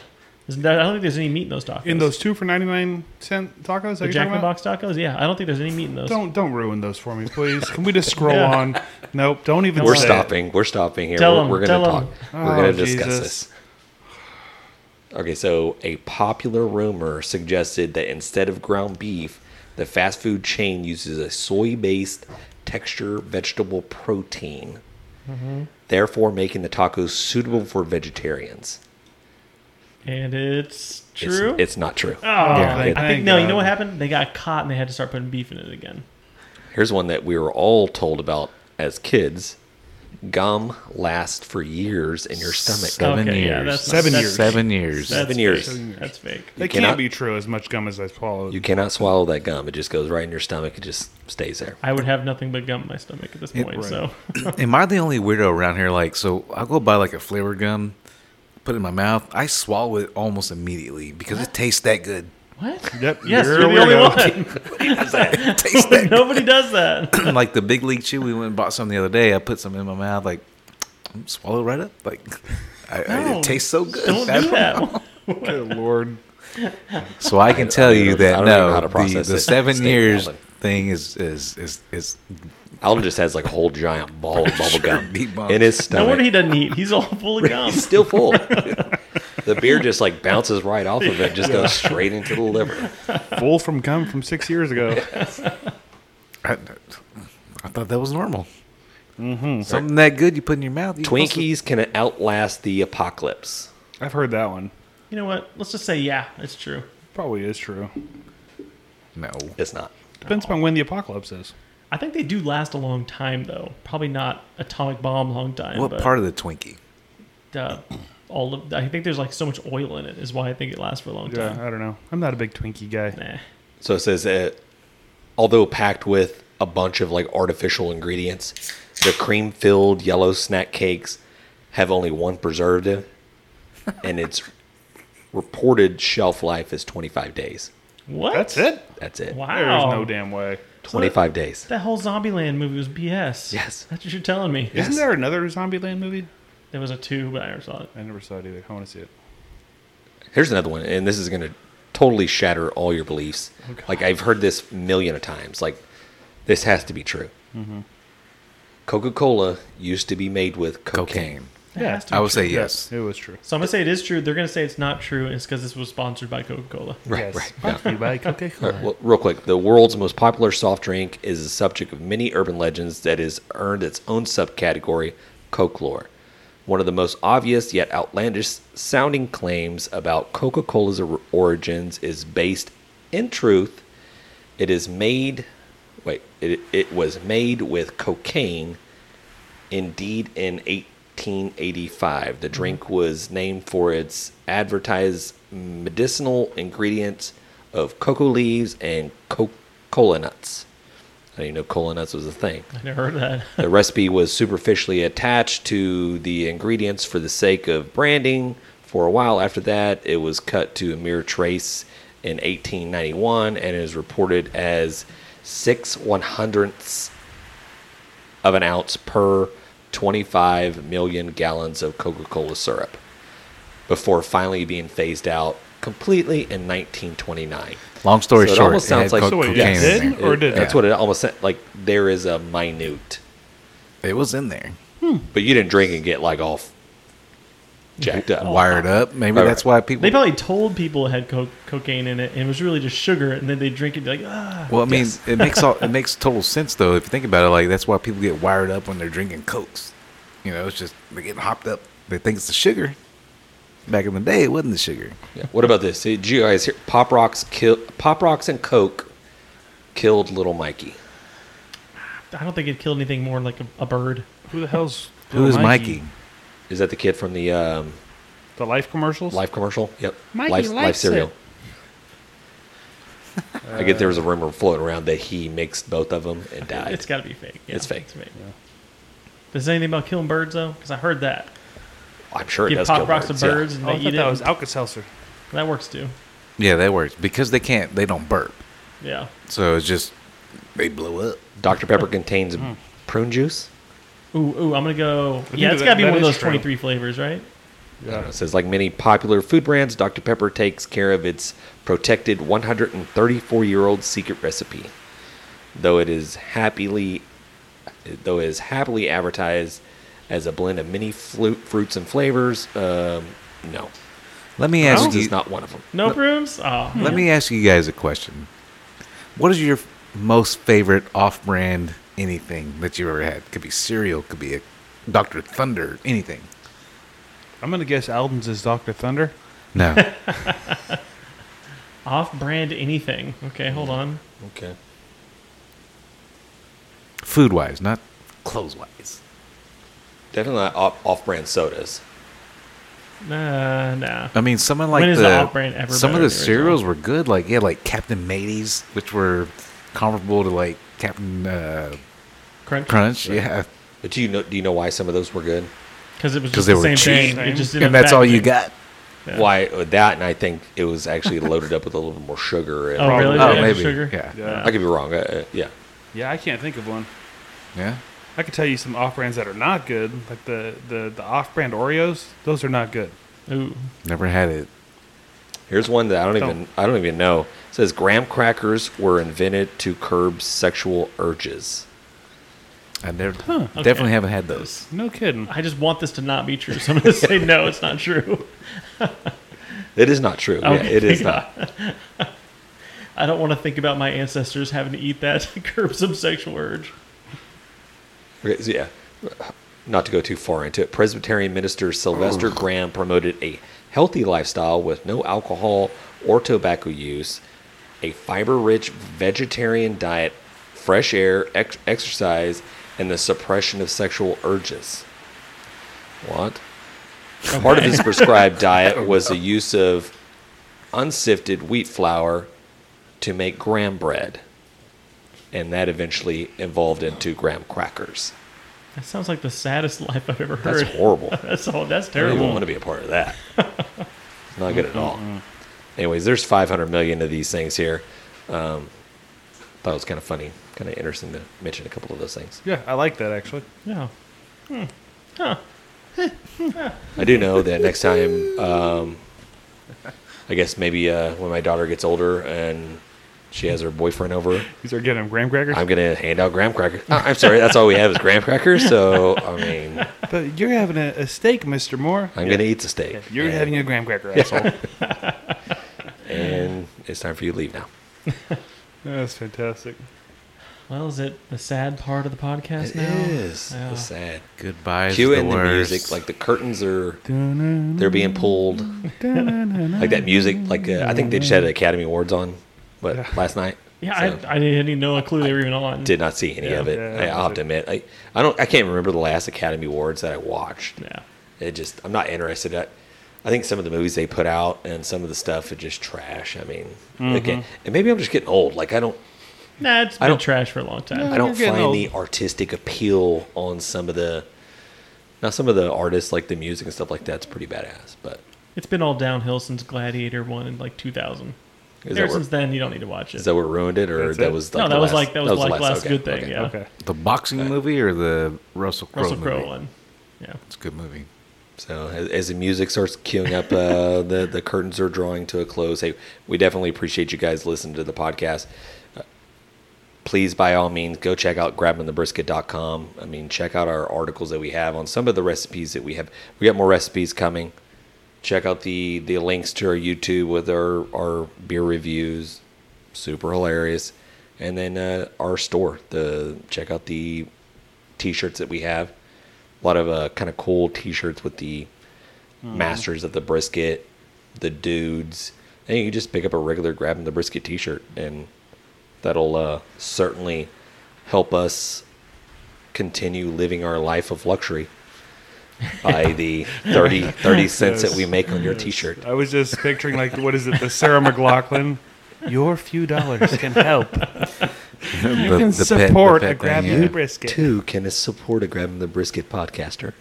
S3: Isn't that, I don't think there's any meat in those tacos.
S2: in those two for ninety nine cent tacos. That
S3: the
S2: you're talking
S3: Jack in the
S2: about?
S3: Box tacos. Yeah. I don't think there's any meat in those.
S2: Don't don't ruin those for me, please. Can we just scroll
S3: Yeah.
S2: on? Nope. Don't even.
S4: We're
S2: say it.
S4: stopping. We're stopping here.
S3: Tell
S4: we're
S3: 'em,
S4: we're
S3: tell
S4: going to talk.
S3: 'em.
S2: Oh,
S4: we're going to discuss
S2: Jesus.
S4: this. Okay, so a popular rumor suggested that instead of ground beef, the fast food chain uses a soy based texture vegetable protein,
S3: Mm-hmm.
S4: therefore making the tacos suitable for vegetarians.
S3: And it's
S4: It's-
S3: true.
S4: It's, not true.
S3: oh,
S2: Yeah,
S3: I think
S2: thank
S3: no. You know
S2: God.
S3: what happened? They got caught and they had to start putting beef in it again.
S4: Here's one that we were all told about as kids. Gum lasts for years in your stomach.
S5: Seven
S3: Okay, yeah,
S5: years.
S3: that's not-
S2: Seven
S5: seven
S2: that's-
S5: years. Seven years.
S3: That's
S4: Seven years.
S3: fake. That's fake.
S2: They
S4: cannot-
S2: can't be true. As much gum as I swallowed.
S4: You cannot swallow that gum. It just goes right in your stomach. It just stays there.
S3: I would have nothing but gum in my stomach at this point.
S2: right.
S3: So
S5: Am I the only weirdo around here? Like, so I'll go buy like a flavored gum, put it in my mouth. I swallow it almost immediately because it tastes that good.
S3: what?
S2: Yep.
S3: Yes,
S2: you're
S3: you're,
S2: a
S3: the only
S2: weirdo.
S3: one.
S5: It tastes that
S3: Nobody does that.
S5: good. Like the big league chew, we went and bought some the other day. I put some in my mouth, like swallow right up. Like, I, I,
S3: No,
S5: it tastes so good.
S3: Don't do that.
S2: Good lord.
S5: So I can tell
S4: don't- I
S5: you that
S4: don't even know how
S5: no,
S4: to
S5: the,
S4: process
S5: the
S4: it.
S5: seven
S4: Stay
S5: years
S4: valid.
S5: thing is is is is
S4: Alden just has like a whole giant ball of bubble gum
S5: Beat bomb.
S4: in his
S3: No
S4: stomach.
S3: wonder he doesn't eat. He's all full of gum.
S4: He's still full. the beer just like bounces right off of it, just goes straight into the liver.
S2: Full from gum from six years ago.
S5: I, I thought that was normal.
S3: Mm-hmm.
S5: Something that good you put in your mouth. you supposed to-
S4: Twinkies can outlast the apocalypse.
S2: I've heard that one.
S3: You know what? Let's just say yeah, it's true.
S2: Probably is true.
S5: No.
S4: It's not.
S2: Depends upon when the apocalypse is.
S3: I think they do last a long time though. Probably not atomic bomb long time.
S5: What
S3: but,
S5: part of the Twinkie?
S3: Uh, all of I think there's like so much oil in it is why I think it lasts for a long
S2: Yeah,
S3: time.
S2: I don't know. I'm not a big Twinkie guy.
S3: Nah.
S4: So it says that although packed with a bunch of like artificial ingredients, the cream filled yellow snack cakes have only one preservative and its reported shelf life is 25 days.
S3: What?
S2: That's it.
S4: That's it.
S3: Wow.
S2: There's no damn way.
S4: 25 days.
S3: That whole Zombieland movie was BS.
S4: Yes.
S3: That's what you're telling me.
S4: Yes.
S2: Isn't there another Zombieland movie?
S3: There was a two, but I never saw it.
S2: I never saw it either. I want to see it.
S4: Here's another one, and this is going to totally shatter all your beliefs. like I've heard this million of times. Like this has to be true. Coca-Cola used to be made with cocaine.
S5: Cocaine.
S3: That
S2: Yeah.
S3: has to be
S5: I would
S3: true.
S5: say yes.
S2: It was true.
S3: So I'm gonna say it is true. They're gonna say it's not true. and It's because this was sponsored by Coca-Cola.
S4: Right, right. yeah.
S2: Brought to you by Coca-Cola.
S4: All right, well, real quick, the world's most popular soft drink is the subject of many urban legends that has earned its own subcategory, Coke-lore. One of the most obvious yet outlandish sounding claims about Coca Cola's origins is based in truth. It is made, wait, it, it was made with cocaine, indeed, in 1885. The drink was named for its advertised medicinal ingredients of cocoa leaves and co- cola nuts. I didn't even know cola nuts was a thing.
S3: I never heard of that.
S4: The recipe was superficially attached to the ingredients for the sake of branding. For a while after that, it was cut to a mere trace in 1891 and is reported as six one hundredths of an ounce per 25 million gallons of Coca Cola syrup before finally being phased out completely in 1929.
S5: Long story
S4: So it
S5: short,
S4: almost sounds
S5: had
S4: like-
S5: co-
S4: So
S2: wait, it
S5: cocaine in
S2: did?
S5: there.
S2: Or did it?
S4: That's what it almost said. Like, there is a minute
S5: It was in there.
S4: But you didn't drink and get like all f- jacked up.
S5: Wired up. Maybe
S4: All
S5: that's
S4: right.
S5: why people.
S3: They probably told people it had co- cocaine in it, and it was really just sugar, and then they drink it and be like, ah.
S5: well, I mean,
S4: Yes.
S5: it makes all, it makes total sense though. If you think about it, like that's why people get wired up when they're drinking cokes. You know, it's just they get hopped up. They think it's the sugar. Back in the day, it wasn't the sugar.
S4: Yeah. What about this? Did you guys hear Pop Rocks kill Pop Rocks and Coke killed little Mikey?
S3: I don't think it killed anything more than like a, a bird.
S2: Who the hell's
S5: Who is Mikey?
S4: Is that the kid from the um,
S2: The Life commercials.
S4: Life commercial? Yep.
S2: Mikey
S4: life, life
S2: likes
S4: cereal. I get there was a rumor floating around that he mixed both of them and died.
S3: Uh, It's got to be fake.
S4: It's fake.
S3: It's Does it say anything about killing birds though? Because I heard that.
S4: I'm sure it
S3: Give
S4: does
S3: pop
S4: kill
S3: rocks
S4: birds.
S3: to
S4: yeah.
S3: birds
S2: Oh,
S3: and
S2: I
S3: they eat
S2: thought
S3: it.
S2: that was Alka Seltzer.
S3: that works too.
S5: Yeah, that works because they can't. They don't burp,
S3: Yeah.
S5: so it's just they blow up.
S4: Dr Pepper contains
S3: Hmm.
S4: prune juice.
S3: Ooh, ooh, I'm gonna go.
S2: think
S3: Yeah, it's
S2: that-
S3: gotta be
S2: that
S3: one of
S2: is
S3: those
S2: true.
S3: 23 flavors, right?
S4: I don't know, It says, like many popular food brands, Dr. Pepper takes care of its protected 134 year old secret recipe. Though it is happily though it is happily advertised as a blend of many flu- fruits and flavors, um, no.
S5: Let me ask
S4: This
S5: you.
S4: is not one of them.
S3: No brooms. Oh,
S5: Let me ask you guys a question. What is your f- most favorite off-brand anything that you ever had? Could be cereal, could be a Dr. Thunder, anything.
S2: I'm gonna guess Alden's is Doctor Thunder.
S5: No.
S3: off-brand anything. Okay, hold on.
S4: Okay.
S5: Food-wise, not clothes-wise.
S4: Definitely not off- off-brand sodas.
S3: Nah, nah.
S5: I mean, some of like
S3: is
S5: the,
S3: the off-brand ever
S5: some of
S3: better
S5: the
S3: than the
S5: cereals were good. Like yeah, like Captain Mateys, which were comparable to like Captain uh,
S3: Crunch.
S5: Crunch. Yeah,
S4: But do you know do you know why some of those were good?
S3: Because it was
S5: because
S3: just
S5: they
S3: the same
S5: were cheap,
S3: thing. It just didn't
S5: and
S3: have
S5: that's all you
S3: packaging.
S5: got.
S3: Yeah.
S4: Why uh, that and I think it was actually loaded up with a little more sugar and
S3: Oh, really?
S5: Oh,
S3: They added
S5: maybe.
S3: Sugar?
S5: Yeah.
S2: Yeah.
S4: I could be wrong. Uh, uh, yeah.
S2: Yeah, I can't think of one.
S5: Yeah.
S2: I could tell you some off brands that are not good, like the the, the off brand Oreos. Those are not good.
S3: Ooh.
S5: Never had it.
S4: Here's one that I don't
S2: Don't.
S4: even I don't even know. It says graham crackers were invented to curb sexual urges.
S5: I never
S3: Okay.
S5: definitely haven't had those.
S2: No kidding.
S3: I just want this to not be true, so I'm going to say no, it's not true.
S4: It is not true. Yeah,
S3: Okay,
S4: it is
S3: thank
S4: not.
S3: I don't want to think about my ancestors having to eat that to curb some sexual urge.
S4: Okay, so yeah. Not to go too far into it. Presbyterian minister Sylvester Graham promoted a healthy lifestyle with no alcohol or tobacco use, a fiber-rich vegetarian diet, fresh air, ex- exercise, and the suppression of sexual urges. What? Part of his prescribed diet was the use of unsifted wheat flour to make graham bread, and that eventually evolved into graham crackers.
S3: That sounds like the saddest life I've ever heard.
S4: That's horrible.
S3: That's all. That's
S4: I don't
S3: terrible.
S4: even want to be a part of that. It's not good at all. Anyways, there's 500 million of these things here. Um, thought it was kind of funny, kind of interesting to mention a couple of those things.
S2: Yeah, I like that actually.
S3: Yeah.
S4: I do know that next time, um, I guess maybe uh, when my daughter gets older and she has her boyfriend over,
S2: These are getting graham crackers.
S4: I'm gonna hand out graham crackers. Oh, I'm sorry, that's all we have is graham crackers. So I mean,
S2: but you're having a, a steak, Mister Moore.
S4: I'm gonna eat the steak.
S2: You're
S4: and,
S2: having a graham cracker, asshole.
S4: and it's time for you to leave now.
S2: That's fantastic.
S3: Well, is it the sad part of the podcast
S4: It
S3: now?
S4: is
S3: Yeah.
S4: It's sad.
S5: Goodbye. is
S4: Cue
S5: the
S4: in the
S5: worst.
S4: music, like the curtains are they're being pulled, like that music. Like uh, I think they just had an Academy Awards on, but last night
S3: Yeah,
S4: So-
S3: I, I didn't even know a clue they were even on.
S4: Did not see any
S3: Yeah.
S4: of it.
S2: Yeah,
S4: I,
S2: that
S4: I'll have
S2: was
S4: to admit, I, I don't. I can't remember the last Academy Awards that I watched.
S3: Yeah.
S4: It just, I'm not interested. I, I think some of the movies they put out and some of the stuff are just trash. I mean, okay, and maybe I'm just getting old. Like I don't,
S3: Nah, it's
S4: I
S3: been
S4: don't-
S3: trash for a long time.
S4: I don't
S1: you're getting
S4: find
S1: old.
S4: the artistic appeal on some of the. Now some of the artists like the music and stuff like that's pretty badass, but
S3: It's been all downhill since Gladiator one in like 2000.
S4: is
S3: Ever
S4: that,
S3: since
S4: what,
S3: then, you don't need to watch it.
S4: is that what ruined it, or
S2: That's
S4: that
S2: it?
S4: was
S3: no,
S4: the
S3: that was
S4: last-
S3: like that was,
S4: the
S3: like last,
S4: okay,
S3: good thing.
S4: okay.
S3: Yeah,
S2: Okay.
S5: The boxing movie or the Russell Crowe
S3: Russell
S5: movie?
S3: Crowe one. Yeah,
S5: It's a good movie.
S4: So as, as the music starts queuing up, uh, the the curtains are drawing to a close. Hey, we definitely appreciate you guys listening to the podcast. Uh, Please, by all means, go check out grabbingthebrisket.com. I mean, check out our articles that we have on some of the recipes that we have. We got more recipes coming. Check out the the links to our YouTube with our our beer reviews, super hilarious, and then uh, our store. The check out the t-shirts that we have a lot of uh, kind of cool t-shirts with the masters of the brisket the dudes and you can just pick up a regular grabbing the brisket t-shirt and that'll uh, certainly help us continue living our life of luxury by the 30, 30 cents that we make on your t-shirt
S2: I was just picturing like what is it, the Sarah McLaughlin? Your few dollars can help.
S5: You
S2: can support a grab
S5: yeah.
S2: the brisket.
S4: two can support a grabbing the brisket podcaster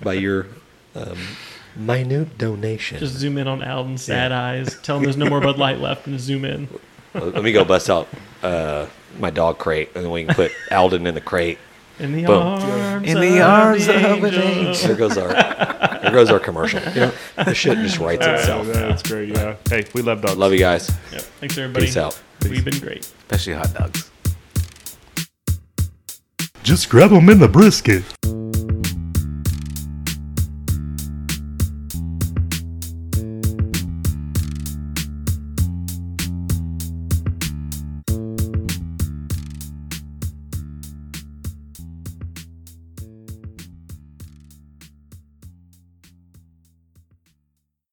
S4: by your um, minute donation
S3: just zoom in on Alden's sad eyes. Tell him there's no more Bud Light left, and zoom in.
S4: Let let me go bust out uh, my dog crate, and then we can put Alden in the crate.
S3: In the
S4: Boom.
S3: arms.
S5: In the
S3: of
S5: arms
S3: the
S5: of an
S3: angel.
S4: There goes our, there goes our commercial. You know, the shit just writes
S2: So
S4: itself.
S2: that's great. Yeah. Hey, we love dogs.
S4: Love you guys.
S3: Yep. Thanks everybody.
S4: Peace out.
S3: We've been great.
S5: Especially hot dogs.
S1: Just grab 'em in the brisket.